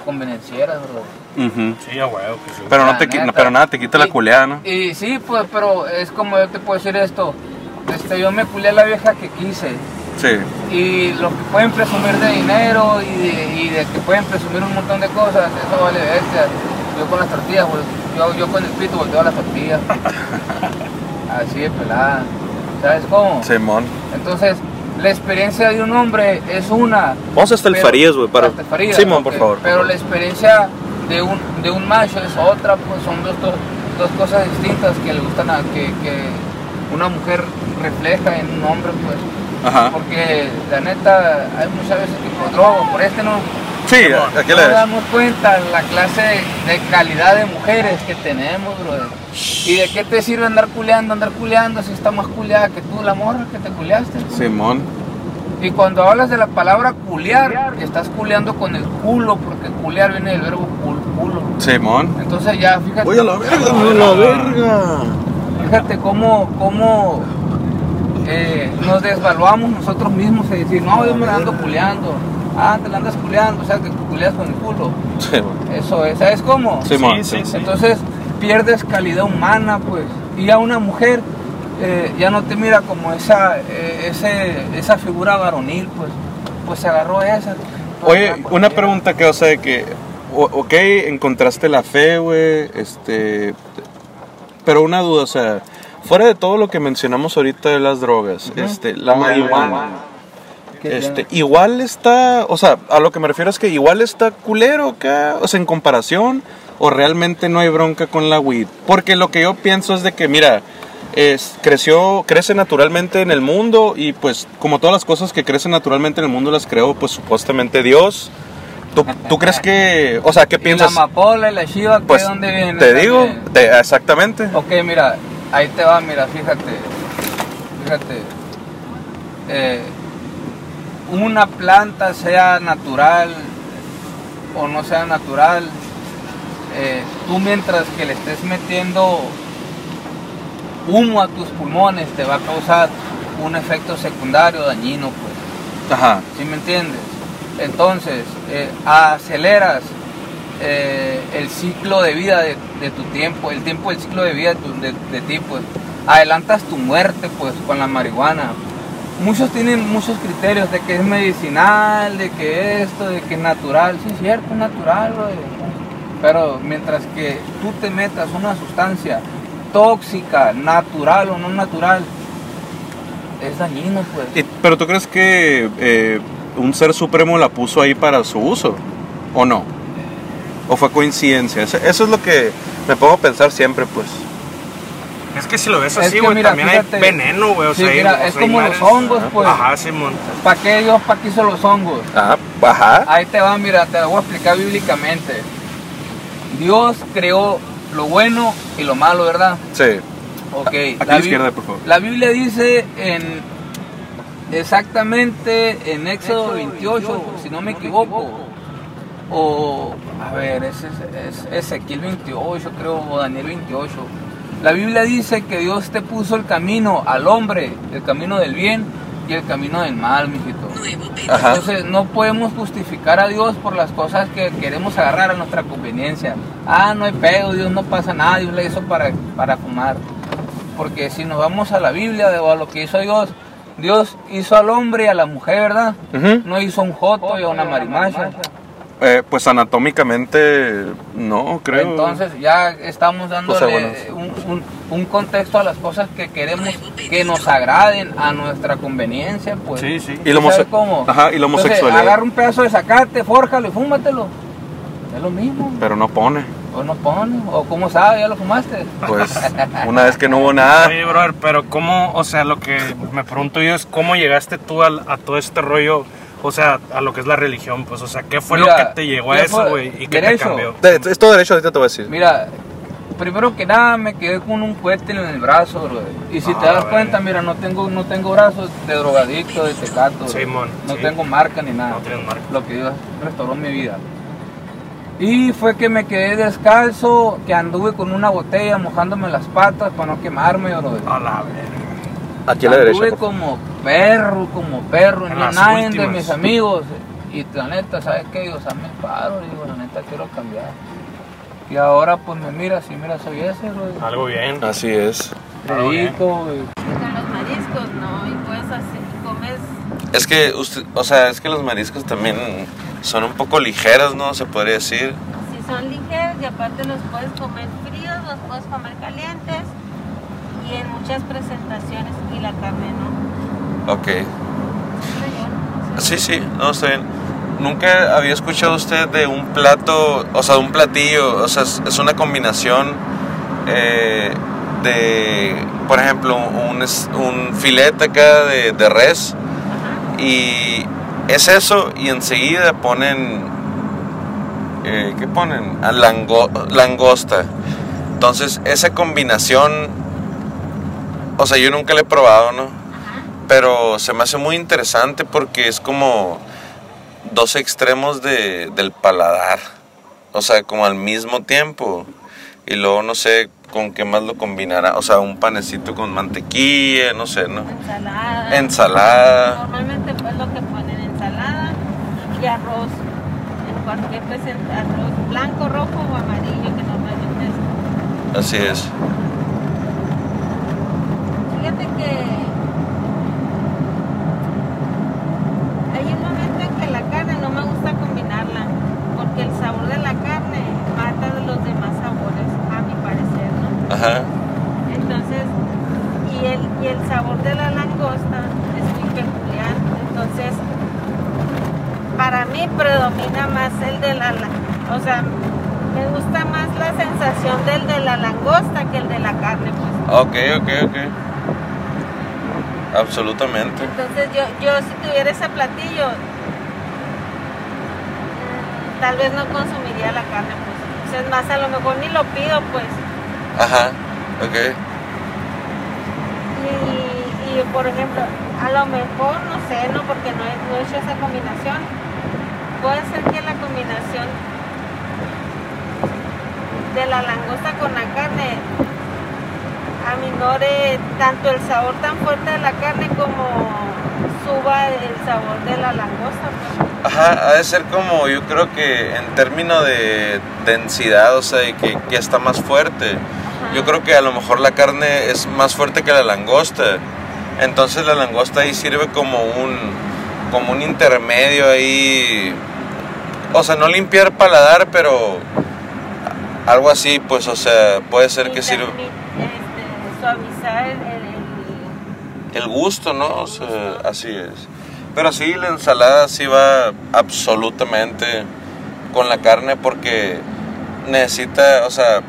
F: convenencieras, bro.
C: Ujú.
B: Sí, a huevo, que sí.
C: Pero, no
F: La
C: te, qui-
F: neta.
C: pero nada, te quita la
F: Y-
C: culeada, ¿no?
F: Y sí, pues, pero es como yo te puedo decir esto. Este, yo me culé a la vieja que quise.
C: Sí.
F: Y los que pueden presumir de dinero y de, y de que pueden presumir un montón de cosas, eso vale bestia. Yo con las tortillas, vol- yo, yo con el pito volteo las tortillas.
C: [LAUGHS]
F: Así de pelada. ¿Sabes cómo?
C: Simón.
F: Entonces, la experiencia de un hombre es una,
C: Vamos hasta el
F: pero-
C: Farías, güey. Para...
F: hasta Farías,
C: Simón,
F: ok.
C: por favor. por
F: Pero
C: favor.
F: la experiencia de un, de un macho es otra, pues son dos, dos, dos cosas distintas que le gustan a que, que una mujer refleja en un hombre, pues.
C: Ajá.
F: Porque la neta, hay muchas veces que por droga, por este no,
C: Sí, ¿a, a qué le
F: nos
C: das?
F: damos cuenta la clase de calidad de mujeres que tenemos, brother. ¿Y de qué te sirve andar culeando, andar culeando si está más culeada que tú, la morra que te culeaste?
C: Simón.
F: Y cuando hablas de la palabra culear, estás culeando con el culo, porque culear viene del verbo cul- culo.
C: Simón.
F: Entonces ya, fíjate.
A: Voy a la verga, voy a la verga.
F: Fíjate cómo, cómo eh, nos desvaluamos nosotros mismos y decir, no, yo me la ando culeando. Ah, te la andas culeando, o sea, que culeas con el culo.
C: Simón.
F: Eso es, ¿sabes cómo?
C: Simón.
D: sí, sí.
F: Entonces pierdes calidad humana, pues. Y a una mujer eh, ya no te mira como esa, eh, ese, esa figura varonil, pues. Pues se agarró esa.
C: Oye, una pregunta que, o sea, de que, o- ok, encontraste la fe, güey, este, pero una duda, o sea, fuera de todo lo que mencionamos ahorita de las drogas, este, la marihuana,
F: Que
C: este, igual está, o sea, a lo que me refiero es que igual está culero acá, o sea, en comparación, o realmente no hay bronca con la weed, porque lo que yo pienso es de que, mira, es, creció, crece naturalmente en el mundo y pues como todas las cosas que crecen naturalmente en el mundo las creó pues supuestamente Dios. ¿Tú, tú crees que, o sea, qué
F: Y la
C: piensas?
F: amapola y la chiva, ¿qué
C: Pues
F: dónde viene?
C: te digo, te- exactamente.
F: Ok, mira, ahí te va, mira, fíjate. Fíjate. Eh, una planta sea natural o no sea natural, eh, tú mientras que le estés metiendo humo a tus pulmones te va a causar un efecto secundario dañino, pues.
C: Ajá.
F: ¿sí me entiendes? Entonces, eh, aceleras eh, el ciclo de vida de, de tu tiempo, el tiempo del ciclo de vida de, tu- de- de ti, pues. Adelantas tu muerte, pues, con la marihuana. Muchos tienen muchos criterios de que es medicinal, de que esto, de que es natural. Sí, es cierto, es natural, güey. Pero mientras que tú te metas una sustancia tóxica, natural o no natural, es dañino, pues.
C: Y- pero tú crees que eh, un ser supremo la puso ahí para su uso, ¿o no? ¿O fue coincidencia? Eso, eso es lo que me pongo a pensar siempre, pues.
D: Es que si lo ves
F: Es
D: así,
F: que
D: güey,
F: mira,
D: también
F: fíjate.
D: hay veneno, güey. O
F: Sí,
D: sea, hay-
F: mira,
D: o sea,
F: es
D: hay
F: como los
D: madres.
F: hongos, pues.
D: Ajá, Simón.
F: ¿Para qué Dios? ¿Para qué hizo los hongos?
C: Ajá, Ah, ajá.
F: Ahí te va, mira, te lo voy a explicar bíblicamente. Dios creó lo bueno y lo malo, ¿verdad?
C: Sí.
F: Ok.
C: Aquí a la
F: Bib-
C: izquierda, por favor.
F: La Biblia dice en exactamente en Éxodo 28, si no me equivoco. O, a ver, es, es- es Ezequiel 28, creo, o Daniel 28. La Biblia dice que Dios te puso el camino al hombre, el camino del bien y el camino del mal, mijito.
C: Ajá.
F: Entonces no podemos justificar a Dios por las cosas que queremos agarrar a nuestra conveniencia. Ah, no hay pedo, Dios no pasa nada, Dios le hizo para, para fumar. Porque si nos vamos a la Biblia o a lo que hizo Dios, Dios hizo al hombre y a la mujer, ¿verdad?
C: Ujú.
F: No hizo un joto y a una marimacha.
C: Eh, pues anatómicamente, no, creo.
F: Entonces ya estamos dándole
C: O sea, bueno, sí.
F: un, un- un contexto a las cosas que queremos que nos agraden a nuestra conveniencia, pues.
D: Sí, sí.
C: Y la homose-
F: ¿Sabes cómo?
C: Ajá, y la
F: Entonces,
C: homosexualidad.
F: agarra un pedazo de zacate, fórjalo y fúmatelo. Es lo mismo.
C: Pero no pone.
F: O no pone. O cómo sabe, ya lo fumaste. [LAUGHS]
C: Pues una vez que no hubo nada.
D: Oye, brother, pero cómo, o sea, lo que me pregunto yo es cómo llegaste tú al- a, todo este rollo, o sea, a lo que es la religión, pues, o sea, ¿qué fue
F: Mira,
D: lo que te llegó a
F: ¿qué
D: eso,
F: fue?
D: güey? ¿Y qué te
F: Derecho.
D: cambió?
C: De- Es todo derecho, ahorita te voy a decir.
F: Mira, primero que nada me quedé con un cohete en el brazo, bro. Y si te
D: Ah,
F: das
D: güey.
F: cuenta, mira, no tengo, no tengo brazos de drogadicto, de tecato. bro.
D: Simón,
F: no
D: sí.
F: tengo marca ni nada.
D: No tienes marca.
F: Lo que Dios restauró mi vida. Y fue que me quedé descalzo, que anduve con una botella mojándome las patas para no quemarme, bro.
D: A la verga.
C: Aquí a la derecha.
F: Anduve
C: por favor.
F: como perro, como perro,
D: En
F: en la
D: las
F: nadie de
D: últimas.
F: mis amigos. Y la neta, ¿sabes qué? Yo, o sea, me paro, digo, la neta, quiero cambiar. Y ahora, pues, me mira, si mira, soy ese, güey.
D: Algo bien.
C: Así es.
F: Predico, güey.
G: Con los mariscos, ¿no? Y puedes hacer, comes
C: Es que, usted- o sea, es que los mariscos también son un poco ligeras, ¿no? Se podría decir.
G: si son ligeros y aparte los puedes comer fríos, los puedes comer calientes y en muchas presentaciones y la carne no.
C: Ok.
G: Señor,
C: Sí, sí, no, está bien. Nunca había escuchado usted de un plato, o sea, de un platillo, o sea, es es una combinación eh, de, por ejemplo, un, es- un filete acá de, de res
G: Ajá.
C: y es eso y enseguida ponen, eh, ¿qué ponen? A lango- langosta. Entonces, esa combinación, o sea, yo nunca la he probado, ¿no? Pero se me hace muy interesante porque es como dos extremos de, del paladar. O sea, como al mismo tiempo. Y luego no sé con qué más lo combinará. O sea, un panecito con mantequilla, no sé, ¿no?
G: Ensalada.
C: Ensalada.
G: Normalmente pues lo que ponen ensalada y arroz. En cualquier presentación, arroz blanco, rojo o amarillo que normalmente es
C: Así es.
G: Fíjate que hay un momento en que la carne no me gusta combinarla, porque el sabor de la carne mata de los demás sabores, a mi parecer, ¿no?
C: Ajá.
G: Entonces, y el, y el sabor de la langosta es muy peculiar, entonces, para mí predomina más el de la, la- o sea, me gusta más la sensación del de la langosta que el de la carne, pues.
C: Ok, ok, ok. Absolutamente.
G: Entonces yo, yo si tuviera ese platillo, mm, tal vez no consumiría la carne, pues. O sea, es más, a lo mejor ni lo pido, pues.
C: Ajá. Ok.
G: Y, y, por ejemplo, a lo mejor, no sé, no, porque no he, no he hecho esa combinación. Puede ser que la combinación de la langosta con la carne aminore tanto el sabor tan fuerte de la carne como suba el sabor de la langosta. pues.
C: Ajá, ha de ser como, yo creo que en términos de densidad, o sea, de que, que está más fuerte. Yo creo que a lo mejor la carne es más fuerte que la langosta. Entonces la langosta ahí sirve como un, como un intermedio ahí. O sea, no limpiar paladar, pero algo así, pues, o sea, puede ser que
G: Y
C: sirva
G: también, este, suavizar el- el-
C: el gusto, ¿no? O sea, así es. Pero sí, la ensalada sí va absolutamente con la carne porque necesita, o sea,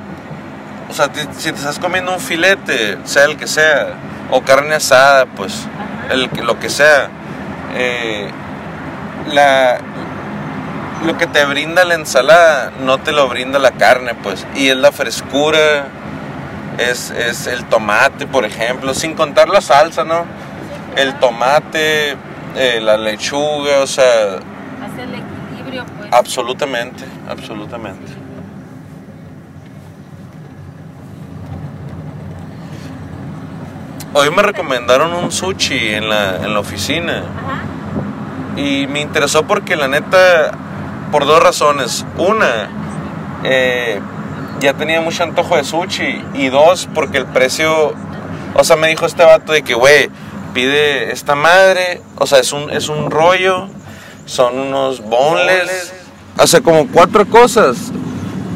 C: o sea, ti- si te estás comiendo un filete, sea el que sea, o carne asada, pues, el, que- lo que sea, eh, la, lo que te brinda la ensalada no te lo brinda la carne, pues, y es la frescura, es, es el tomate, por ejemplo, sin contar la salsa, ¿no? El tomate, eh, la lechuga, o sea,
G: el- hacer el equilibrio, pues.
C: Ah. absolutamente, absolutamente. Hoy me recomendaron un sushi en la, en la oficina
G: Ajá.
C: y me interesó porque la neta, por dos razones. Una, eh, ya tenía mucho antojo de sushi. Y dos, porque el precio, o sea, me dijo este vato de que, güey, pide esta madre, o sea, es un, es un rollo, son unos boneless, o sea, como cuatro cosas.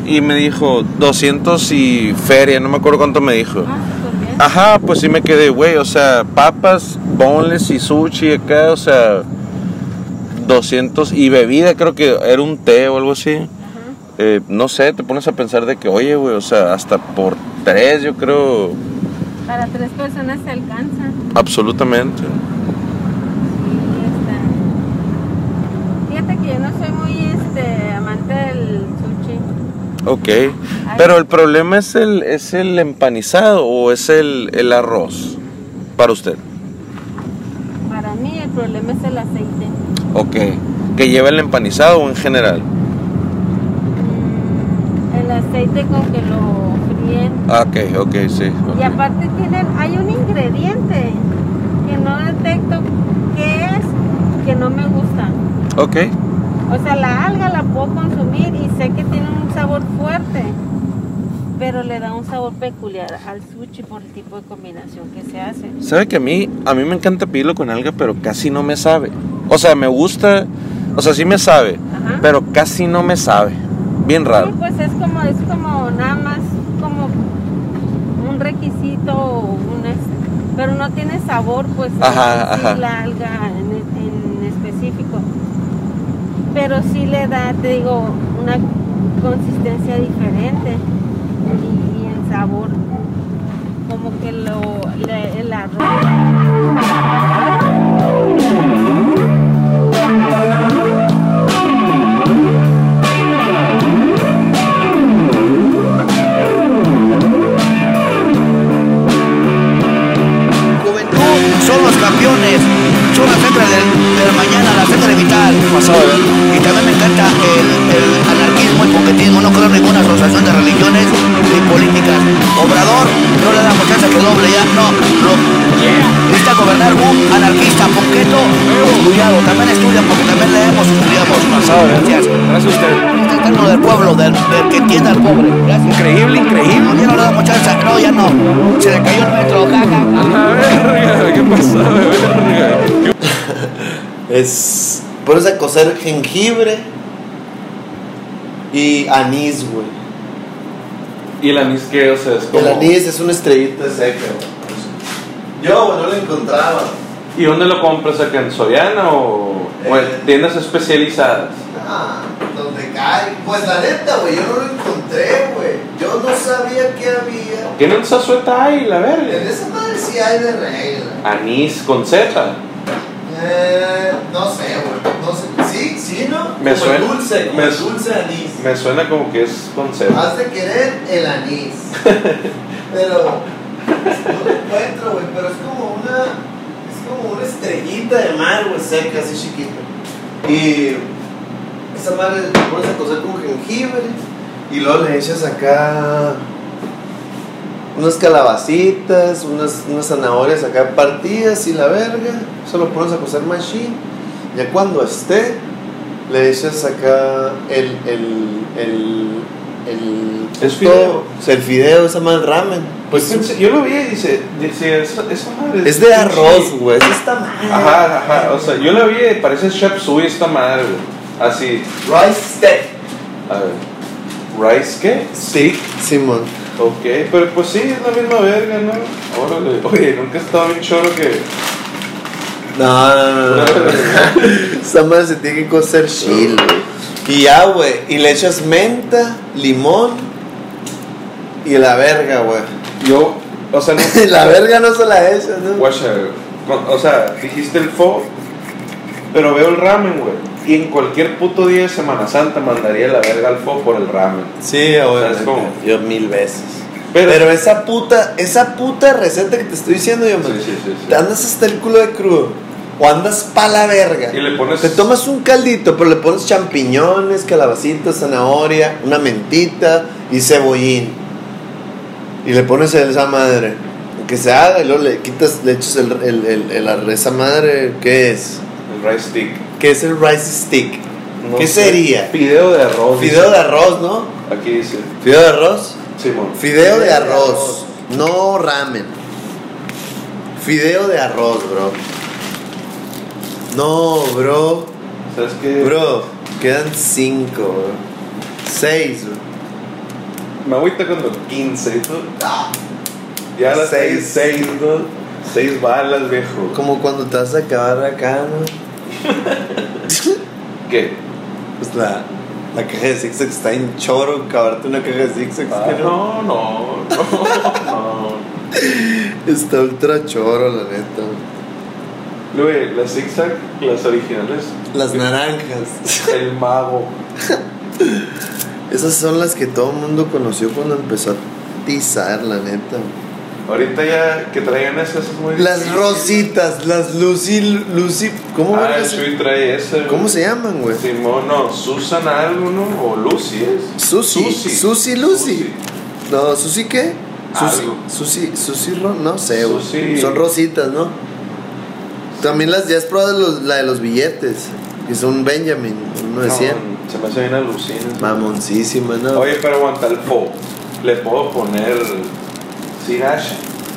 C: Y me dijo 200 y feria, no me acuerdo cuánto me dijo.
G: Ah, súper bien.
C: Ajá, pues sí me quedé, güey, o sea, papas, boneless y sushi acá, o sea, 200 y bebida, creo que era un té o algo así. Eh, no sé, te pones a pensar de que, oye, güey, o sea, hasta por tres, yo creo,
G: Para tres personas se alcanza.
C: absolutamente.
G: Y, este, Fíjate que yo no soy muy este, amante del sushi.
C: Ok, pero el problema es el, es el empanizado o es el, el arroz para usted.
G: Para mí el problema es el aceite.
C: Ok, que lleva el empanizado o en general.
G: Mm, El aceite con que lo fríen.
C: Ah, Ok, ok, sí. ok.
G: Y aparte tienen, hay un ingrediente que no detecto qué es, que no me gusta.
C: Ok,
G: O sea, la alga la puedo consumir y sé que tiene un sabor fuerte, pero le da un sabor peculiar al sushi por el tipo de combinación que se hace.
C: Sabe que a mí, a mí me encanta pedirlo con alga, pero casi no me sabe. O sea, me gusta, o sea, sí me sabe,
G: Ajá.
C: pero casi no me sabe. Bien
G: Sí,
C: raro.
G: pues es como, es como nada más como un requisito, o un es- pero no tiene sabor, pues
C: Ajá,
G: sí,
C: ajá.
G: la alga en, en específico. Pero sí le da, te digo, una consistencia diferente y, y el sabor como que lo le- el arroz
H: Juventud son los campeones,
I: eh?
H: Obrador, no le damos chance que doble ya, no, no. Viste a gobernar un anarquista, poqueto, estudiado, también estudia porque también leemos, estudiamos.
I: Pasado, gracias. eh? Gracias a usted.
H: Tratando del pueblo, del, del que entienda al pobre. Gracias.
I: Increíble, increíble.
H: No, ya no le damos chance, no, ya no. Se le cayó el metro, ja, ja, ja.
I: A ver, ¿qué pasó? A ver,
J: Es. Pones a cocer jengibre y anís, güey.
C: ¿Y el anís qué? O sea, es como...
J: El anís es una estrellita seca, güey. Yo, güey, no lo encontraba.
C: ¿Y dónde lo compras? ¿Acá en Soriana o, o en
J: Eh.
C: tiendas especializadas?
J: Ah, donde cae. Pues la neta, güey, yo no lo encontré, güey. Yo no sabía que había.
C: Tienen sazueta ahí, la
J: En
C: verga.
J: esa madre sí hay de regla.
C: Anís con Z.
J: Eh, no sé, güey. No sé. Sí, sí, ¿no?
C: Me
J: Como
C: suena.
J: El dulce, como
C: Me
J: el
C: su-
J: dulce anís.
C: Me suena como que es con Z.
J: Has de querer el anís. pero no lo encuentro, güey. Pero es como una. Es como una estrellita de mar, güey, seca, así chiquita. Y esa madre la pones a cocer con jengibre. Y luego le echas acá. Unas calabacitas, unas, unas zanahorias acá partidas y la verga. Eso lo pones a cocer machine. Ya cuando esté, le echas acá el. el. el. el.
C: Es
J: todo.
C: fideo.
J: O sea, el fideo, esa madre ramen.
C: Pues
J: Pues
C: pensé- yo lo vi y dice, dice esa, esa madre
J: es de arroz, güey. Eso está mal.
C: Ajá, ajá. O sea, yo la vi y parece Chef Suey esta madre, güey. Así.
J: Rice steak.
C: A ver. ¿Rice qué?
J: Sí, Simón.
C: Ok, pero pues sí, es la misma verga, ¿no? Órale. Oye, nunca he estado bien choro que.
J: No, no, no, no. Esa madre se tiene que cocer chile. Y ya, güey. Y le echas menta, limón y la verga, güey. [LAUGHS]
C: Yo, o sea, no.
J: la verga no se la echas, ¿no?
C: Guacha, con- o sea, dijiste el fo, pero veo el ramen, güey. Y en cualquier puto día de Semana Santa mandaría la verga al fo por el ramen.
J: Sí,
C: ¿Sabes cómo?
J: obviamente. Yo mil veces.
C: Pero-
J: Pero, esa puta, esa puta receta que te estoy diciendo, yo me.
C: Sí, sí, sí, sí.
J: Te andas hasta el culo de crudo. O andas pa' la verga.
C: Y le pones-
J: Te tomas un caldito, pero le pones champiñones, calabacitas, zanahoria, una mentita y cebollín. Y le pones esa madre. Que se haga, y luego le quitas, le echas el, el, el- el ar- esa madre, ¿qué es?
C: El rice stick.
J: ¿Qué es el rice stick?
C: No
J: ¿Qué
C: sé.
J: sería?
C: Fideo de arroz.
J: Fideo
C: dice.
J: de arroz, ¿no?
C: Aquí dice,
J: Fideo de arroz.
C: Simón.
J: Fideo de arroz, no ramen. Fideo de arroz, bro. No, bro.
C: ¿Sabes qué?
J: Bro, quedan cinco, bro. Seis, bro.
C: Me agüita cuando 15, ¿no? Ya las
J: Seis.
C: 6, 6, ¿no? 6 balas, viejo.
J: Como cuando te vas a acabar acá, ¿no?
C: ¿Qué?
J: Pues la, la caja de zigzag está en choro, acabarte una caja de zigzag.
C: Ah, no, no, no, no.
J: Está ultra choro, la neta. bro.
C: Güey, las zigzag, las
J: [LAUGHS]
C: originales.
J: Las naranjas.
C: El mago.
J: Esas son las que todo el mundo conoció cuando empezó a tizar, la neta. bro.
C: Ahorita ya que traían esas es muy
J: Las
C: difícil.
J: rositas, las Lucy, Lucy, ¿cómo,
C: Ah,
J: verga
C: el
J: se-
C: Chuy trae esa. güey.
J: ¿cómo se llaman, güey?
C: Simón, no, Susan algo, ¿no? O Lucy es.
J: Susi,
C: Susi.
J: Susi, Lucy. No, Susi, ¿qué? Susi,
C: Algo.
J: Susi, Susi, Ro- no sé, güey.
C: Susi.
J: Son rositas, ¿no? También las, ya has probado los- la de los billetes, que son Benjamin, uno de
C: No,
J: 100.
C: se me hace bien alucinas.
J: Mamoncísima, ¿no?
C: Oye, pero aguanta el fo. Le puedo poner sriracha.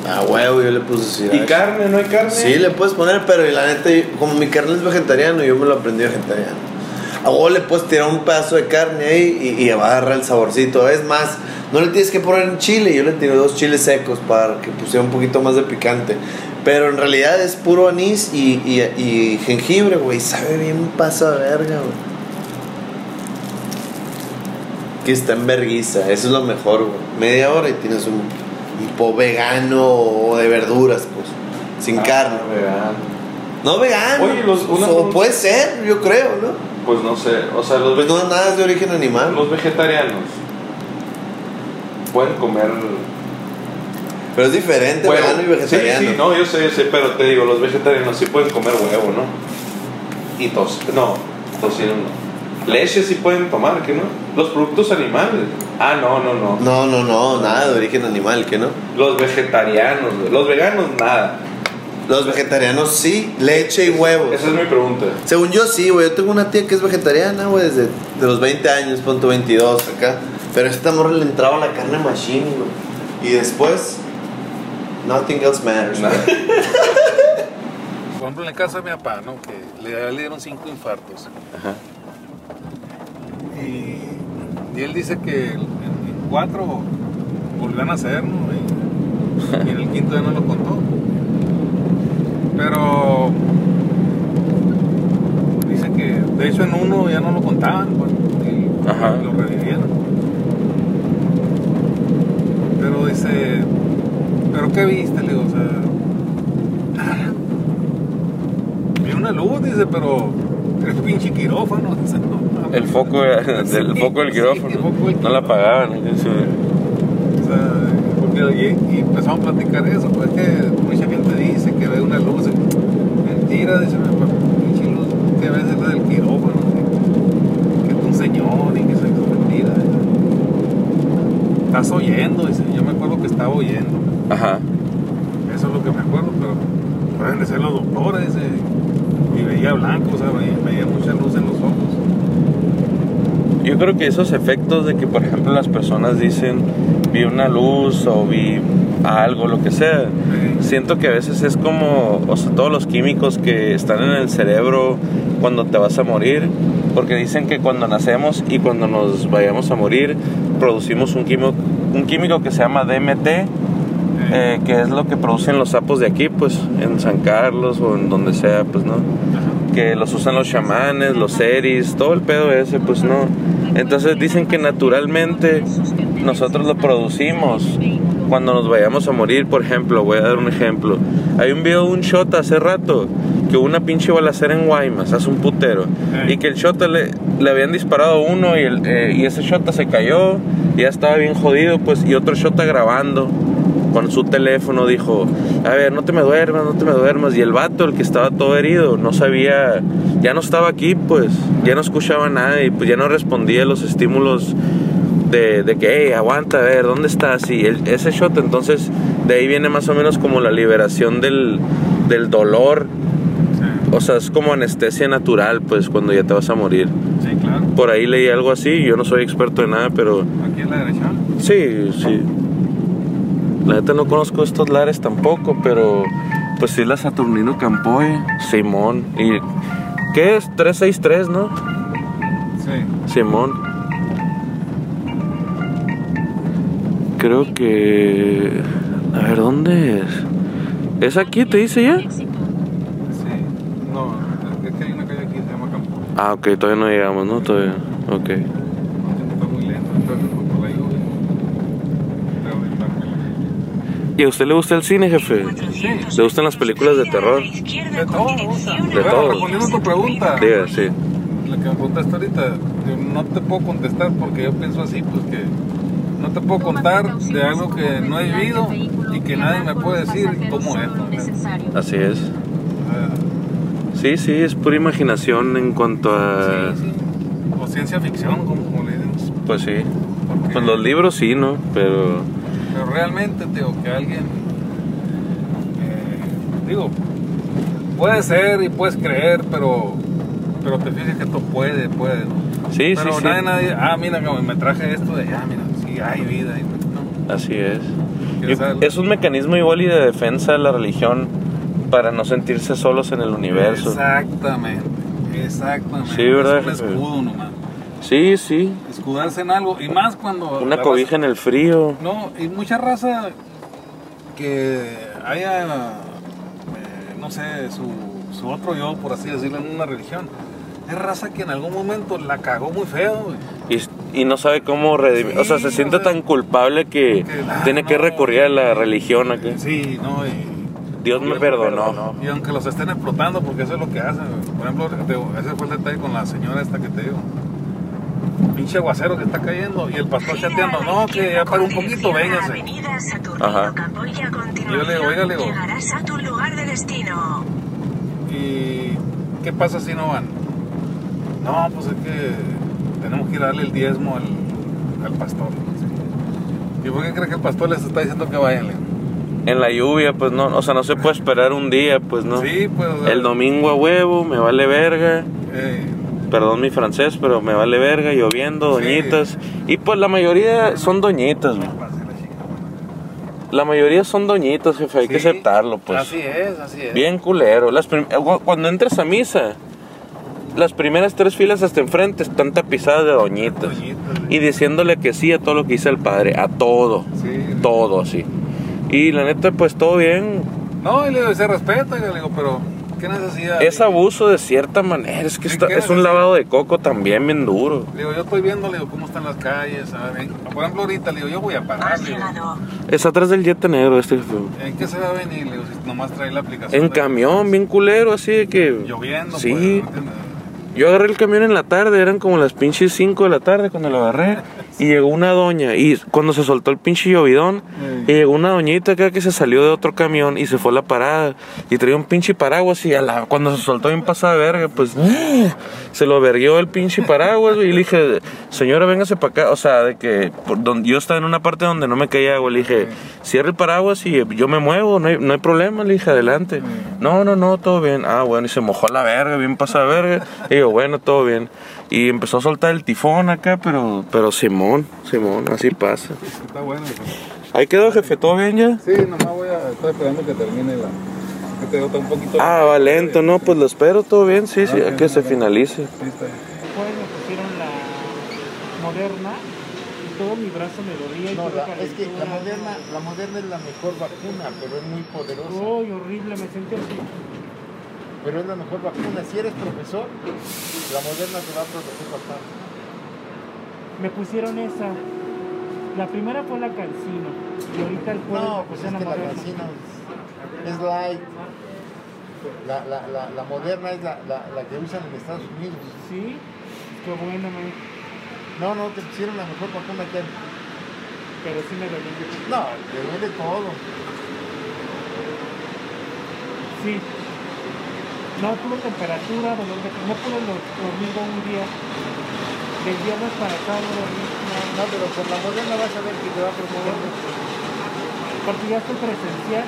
J: Ah, huevo, yo le puse Susi.
C: ¿Y carne? ¿No hay carne?
J: Sí, le puedes poner, pero y la neta, yo- como mi carne es vegetariano, yo me lo aprendí vegetariano. A vos le puedes tirar un pedazo de carne ahí y, y va a agarrar el saborcito. Es más, no le tienes que poner un chile. Yo le tiré dos chiles secos para que pusiera un poquito más de picante. Pero en realidad es puro anís y, y- y jengibre, güey. Sabe bien pasa verga, güey. Que está en verguiza. Eso es lo mejor, güey. Media hora y tienes un, un po vegano o de verduras, pues. Sin
C: Ah,
J: carne.
C: vegano.
J: No vegano.
C: Oye, los- una
J: o
C: pregunta.
J: puede ser, yo creo, ¿no?
C: Pues no sé. O sea, los,
J: Pues
C: ve-
J: no nada es de origen animal.
C: los vegetarianos pueden comer.
J: Pero es diferente
C: huevo.
J: vegano y vegetariano.
C: Sí, sí, no, yo sé, yo sé, pero te digo, los vegetarianos sí pueden comer huevo, ¿no? Y tos. No, tocino no. Leche sí pueden tomar, ¿qué no? Los productos animales. Ah, no, no, no.
J: No, no, no, nada de origen animal, ¿qué no?
C: Los vegetarianos, güey. Los veganos, nada.
J: Los vegetarianos sí, leche y huevos.
C: Esa es mi pregunta.
J: Según yo sí, güey. Yo tengo una tía que es vegetariana, güey, desde de los 20 años, punto 22 acá. Pero esta morra le entraba la carne machine, güey. Y después, nothing else matters, güey.
K: Por ejemplo, en la casa de mi papá, ¿no? Que le, le dieron cinco infartos. Y, y él dice que en, en cuatro volverán a hacer, ¿no? Y, y en el quinto ya no lo contó. Pero dice que, de hecho, en uno ya no lo contaban, bueno, y
C: Ajá.
K: lo revivieron. Pero dice, ¿pero qué viste? Le digo, o sea, vi una luz, dice, pero era un pinche quirófano. [LAUGHS] dice, no, mames.
C: El foco, era- [LAUGHS]
K: Sí,
C: el foco del
K: sí,
C: quirófano.
K: el foco del
C: no la apagaban. Sí.
K: O sea, porque- y, y empezamos a platicar eso, pues es que mucha gente dice que ve una luz. y- Mentira, dice mi papá, pinche luz que ves es la del quirófano, que- que es un señor y que eso es mentira. dice. Estás oyendo, dice, yo me acuerdo que estaba oyendo.
C: Ajá.
K: Eso es lo que me acuerdo, pero pueden ser los doctores eh, y veía blanco, o sea, veía, veía mucha luz en los ojos.
C: Yo creo que esos efectos de que, por ejemplo, las personas dicen vi una luz o vi algo, lo que sea.
K: Eh,
C: Siento que a veces es como, o sea, todos los químicos que están en el cerebro cuando te vas a morir, porque dicen que cuando nacemos y cuando nos vayamos a morir, producimos un químico, un químico que se llama DMT, eh, que es lo que producen los sapos de aquí, pues en San Carlos o en donde sea, pues no. Que los usan los chamanes, los seris, todo el pedo ese, pues no. Entonces dicen que naturalmente nosotros lo producimos cuando nos vayamos a morir, por ejemplo, voy a dar un ejemplo. Hay un video de un shot hace rato que hubo una pinche balacera en Guaymas, hace un putero.
K: Sí.
C: Y que el shot le, le habían disparado uno y, el, eh, y ese shot se cayó, y ya estaba bien jodido, pues, y otro shot grabando con su teléfono dijo, a ver, no te me duermas, no te me duermas. Y el vato, el que estaba todo herido, no sabía, ya no estaba aquí, pues, ya no escuchaba nada y pues ya no respondía a los estímulos de, de que, hey, aguanta, a ver, ¿dónde estás? Y el- ese shot, entonces, de ahí viene más o menos como la liberación del, del dolor. O sea, es como anestesia natural, pues, cuando ya te vas a morir.
K: sí, claro,
C: Por ahí leí algo así, yo no soy experto en nada, pero
K: aquí en la derecha.
C: Sí, sí. La neta no conozco estos lares tampoco, pero pues sí la Saturnino Campoy, Simón y ¿qué es 363, no?
K: Sí.
C: Simón. Creo que a ver dónde es. ¿Es aquí te dice ya?
K: Sí, no, es que hay una calle aquí que se llama Campo.
C: Ah, ok, todavía no llegamos, ¿no? Todavía. Ok.
K: Está muy lento, entonces por ahí voy. Pero ahorita me
C: ¿Y a usted le gusta el cine, jefe? ¿Le gustan las películas de terror?
K: la- De todo, o sea.
C: De
K: Pero
C: todo.
K: Respondiendo a tu pregunta,
C: Diga, sí.
K: la que me preguntaste ahorita, yo no te puedo contestar porque yo pienso así, pues que no te puedo contar de algo que no he vivido y que nadie me puede decir cómo es. ¿no? O sea,
C: Así es. Sí, sí, es pura imaginación en cuanto a...
K: sí, sí. O ciencia ficción, como, como le decimos.
C: Pues sí.
K: porque-
C: Pues los libros sí, ¿no? Pero...
K: Pero realmente, te digo, que alguien. eh, digo, puede ser y puedes creer, pero. Pero te fijas que esto puede, puede. ¿no?
C: Sí, sí,
K: pero
C: sí.
K: nadie, nadie. Ah, mira, como me traje esto de. Ah, mira, sí, hay vida. y no.
C: Así es.
K: ¿Quieres
C: Yo-
K: saberlo?
C: es un mecanismo igual y de defensa de la religión para no sentirse solos en el universo.
K: Exactamente, exactamente.
C: Sí, ¿verdad,
K: Es un
C: jefe?
K: escudo nomás.
C: Sí, sí.
K: Escudarse en algo. Y más cuando. la
C: Una
K: raza-
C: cobija en el frío.
K: No, y mucha raza que haya, eh, no sé, su, su otro yo, por así decirlo, en una religión. Es raza que en algún momento la cagó muy feo. güey.
C: Y, y no sabe cómo redimir. o sea,
K: Sí,
C: se
K: o
C: siente
K: sea,
C: tan culpable que
K: que, ah,
C: tiene que
K: no.
C: recurrir a la religión. a que
K: Sí, ¿no? Y,
C: Dios me perdonó.
K: y aunque los estén explotando, porque eso es lo que hacen. güey. Por ejemplo, te digo, ese fue el detalle con la señora esta que te digo. Pinche aguacero que está cayendo y el pastor chateando, no, que ya para un poquito, véngase.
C: Ajá.
K: Yo le digo, oiga, le digo. ¿Y qué pasa si no van? No, pues es que tenemos que ir a darle el diezmo al, al pastor. ¿Y por qué cree que el pastor les está diciendo que vayan? Leo?
C: En la lluvia, pues no, o sea, no se puede esperar un día, pues no.
K: Sí, pues. o sea,
C: El domingo a huevo, me vale verga.
K: eh,
C: Perdón mi francés, pero me vale verga, lloviendo,
K: Sí.
C: doñitas. Y pues la mayoría son doñitas, güey. La mayoría son doñitas, jefe, hay que
K: Sí.
C: aceptarlo, pues.
K: Así es, así es.
C: Bien culero. Las prim- cu- Cuando entras a misa, las primeras tres filas hasta enfrente están tapizadas de doñitas. Y diciéndole que sí a todo lo que dice el padre, a todo,
K: Sí.
C: todo así. Y la neta, pues todo bien.
K: No, y le digo, se respeta, y le digo, pero ¿qué necesidad?
C: Es abuso de cierta manera, es que
K: Sí,
C: está-
K: ¿qué
C: es un
K: haces?
C: lavado de coco también bien duro.
K: Le digo, yo estoy viendo, le digo, cómo están las calles, a ver, por ejemplo, ahorita, le digo, yo voy a parar, le digo,
C: Es atrás del yete negro este jefe.
K: ¿en qué se va a venir? Le digo, si nomás trae la aplicación.
C: En
K: de-
C: camión, bien culero, así de que...
K: Lloviendo,
C: Sí.
K: pues, ¿me entiendes?
C: Yo agarré el camión en la tarde, eran como las pinches 5 de la tarde cuando lo agarré. Y llegó una doña, y cuando se soltó el pinche llovidón, y llegó una doñita acá que se salió de otro camión y se fue a la parada. Y traía un pinche paraguas, y a la, cuando se soltó bien pasada de verga, pues se lo verguió el pinche paraguas. güey, Y le dije, señora, véngase para acá. O sea, de que por donde, yo estaba en una parte donde no me caía agua. Le dije, cierre el paraguas y eh, yo me muevo, no hay, no hay problema. Le dije, adelante. No, no, no, todo bien. Ah, bueno, y se mojó la verga, bien pasada de verga. Y yo, bueno, todo bien. Y empezó a soltar el tifón acá, pero, pero Simón, Simón, así pasa.
K: Está bueno, hijo.
C: Ahí quedó, jefe, ¿todo bien ya?
K: Sí, nomás voy a estar esperando que termine la. Que te bota un poquito.
C: Ah, va lento, no, pues lo espero, todo bien, sí, sí, a que se finalice.
K: Sí, está bien.
L: Después me pusieron la moderna y todo mi brazo me dolía. y
M: No,
L: tuve
M: la- es
L: calentura.
M: que la moderna, la moderna es la mejor vacuna, pero es muy poderosa.
L: Ay, horrible, me sentí así.
M: Pero es la mejor vacuna. Si eres profesor, la moderna te va a proteger bastante.
L: Me pusieron esa. La primera fue la calcina y ahorita el jueves
M: No,
L: me
M: pues es
L: pusieron
M: que la
L: la moderna.
M: vacina es, es light. La, la, la, la moderna es la, la, la que usan en Estados Unidos.
L: Sí, qué bueno, man.
M: No, no, te pusieron la mejor vacuna que hay.
L: Pero sí me dolió.
M: No, te duele todo.
L: Sí. No tuve temperatura, dolor de No pude do- dormir todo un día. Del viernes para sábado dormí.
M: No, pero por la moderna vas a ver que te va a promover.
L: Porque ya estoy presencial.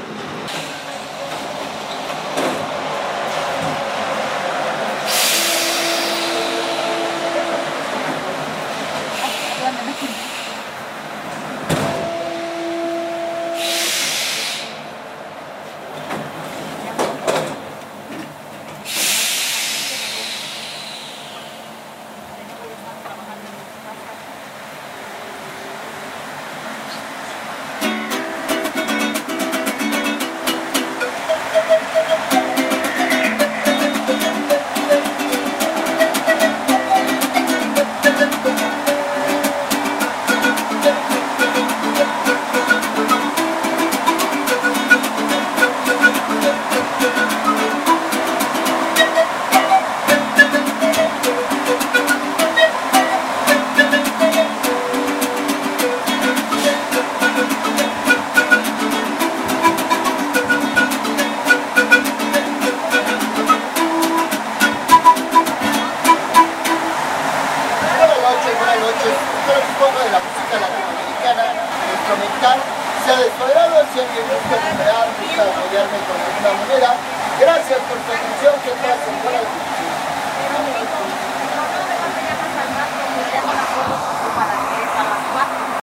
M: Buenas noches, buenas noches. Espero que un poco de la música latinoamericana, nuestro mental, sea de su agrado. Si alguien gusta superar, gusta apoyarme con alguna manera. Gracias por su atención.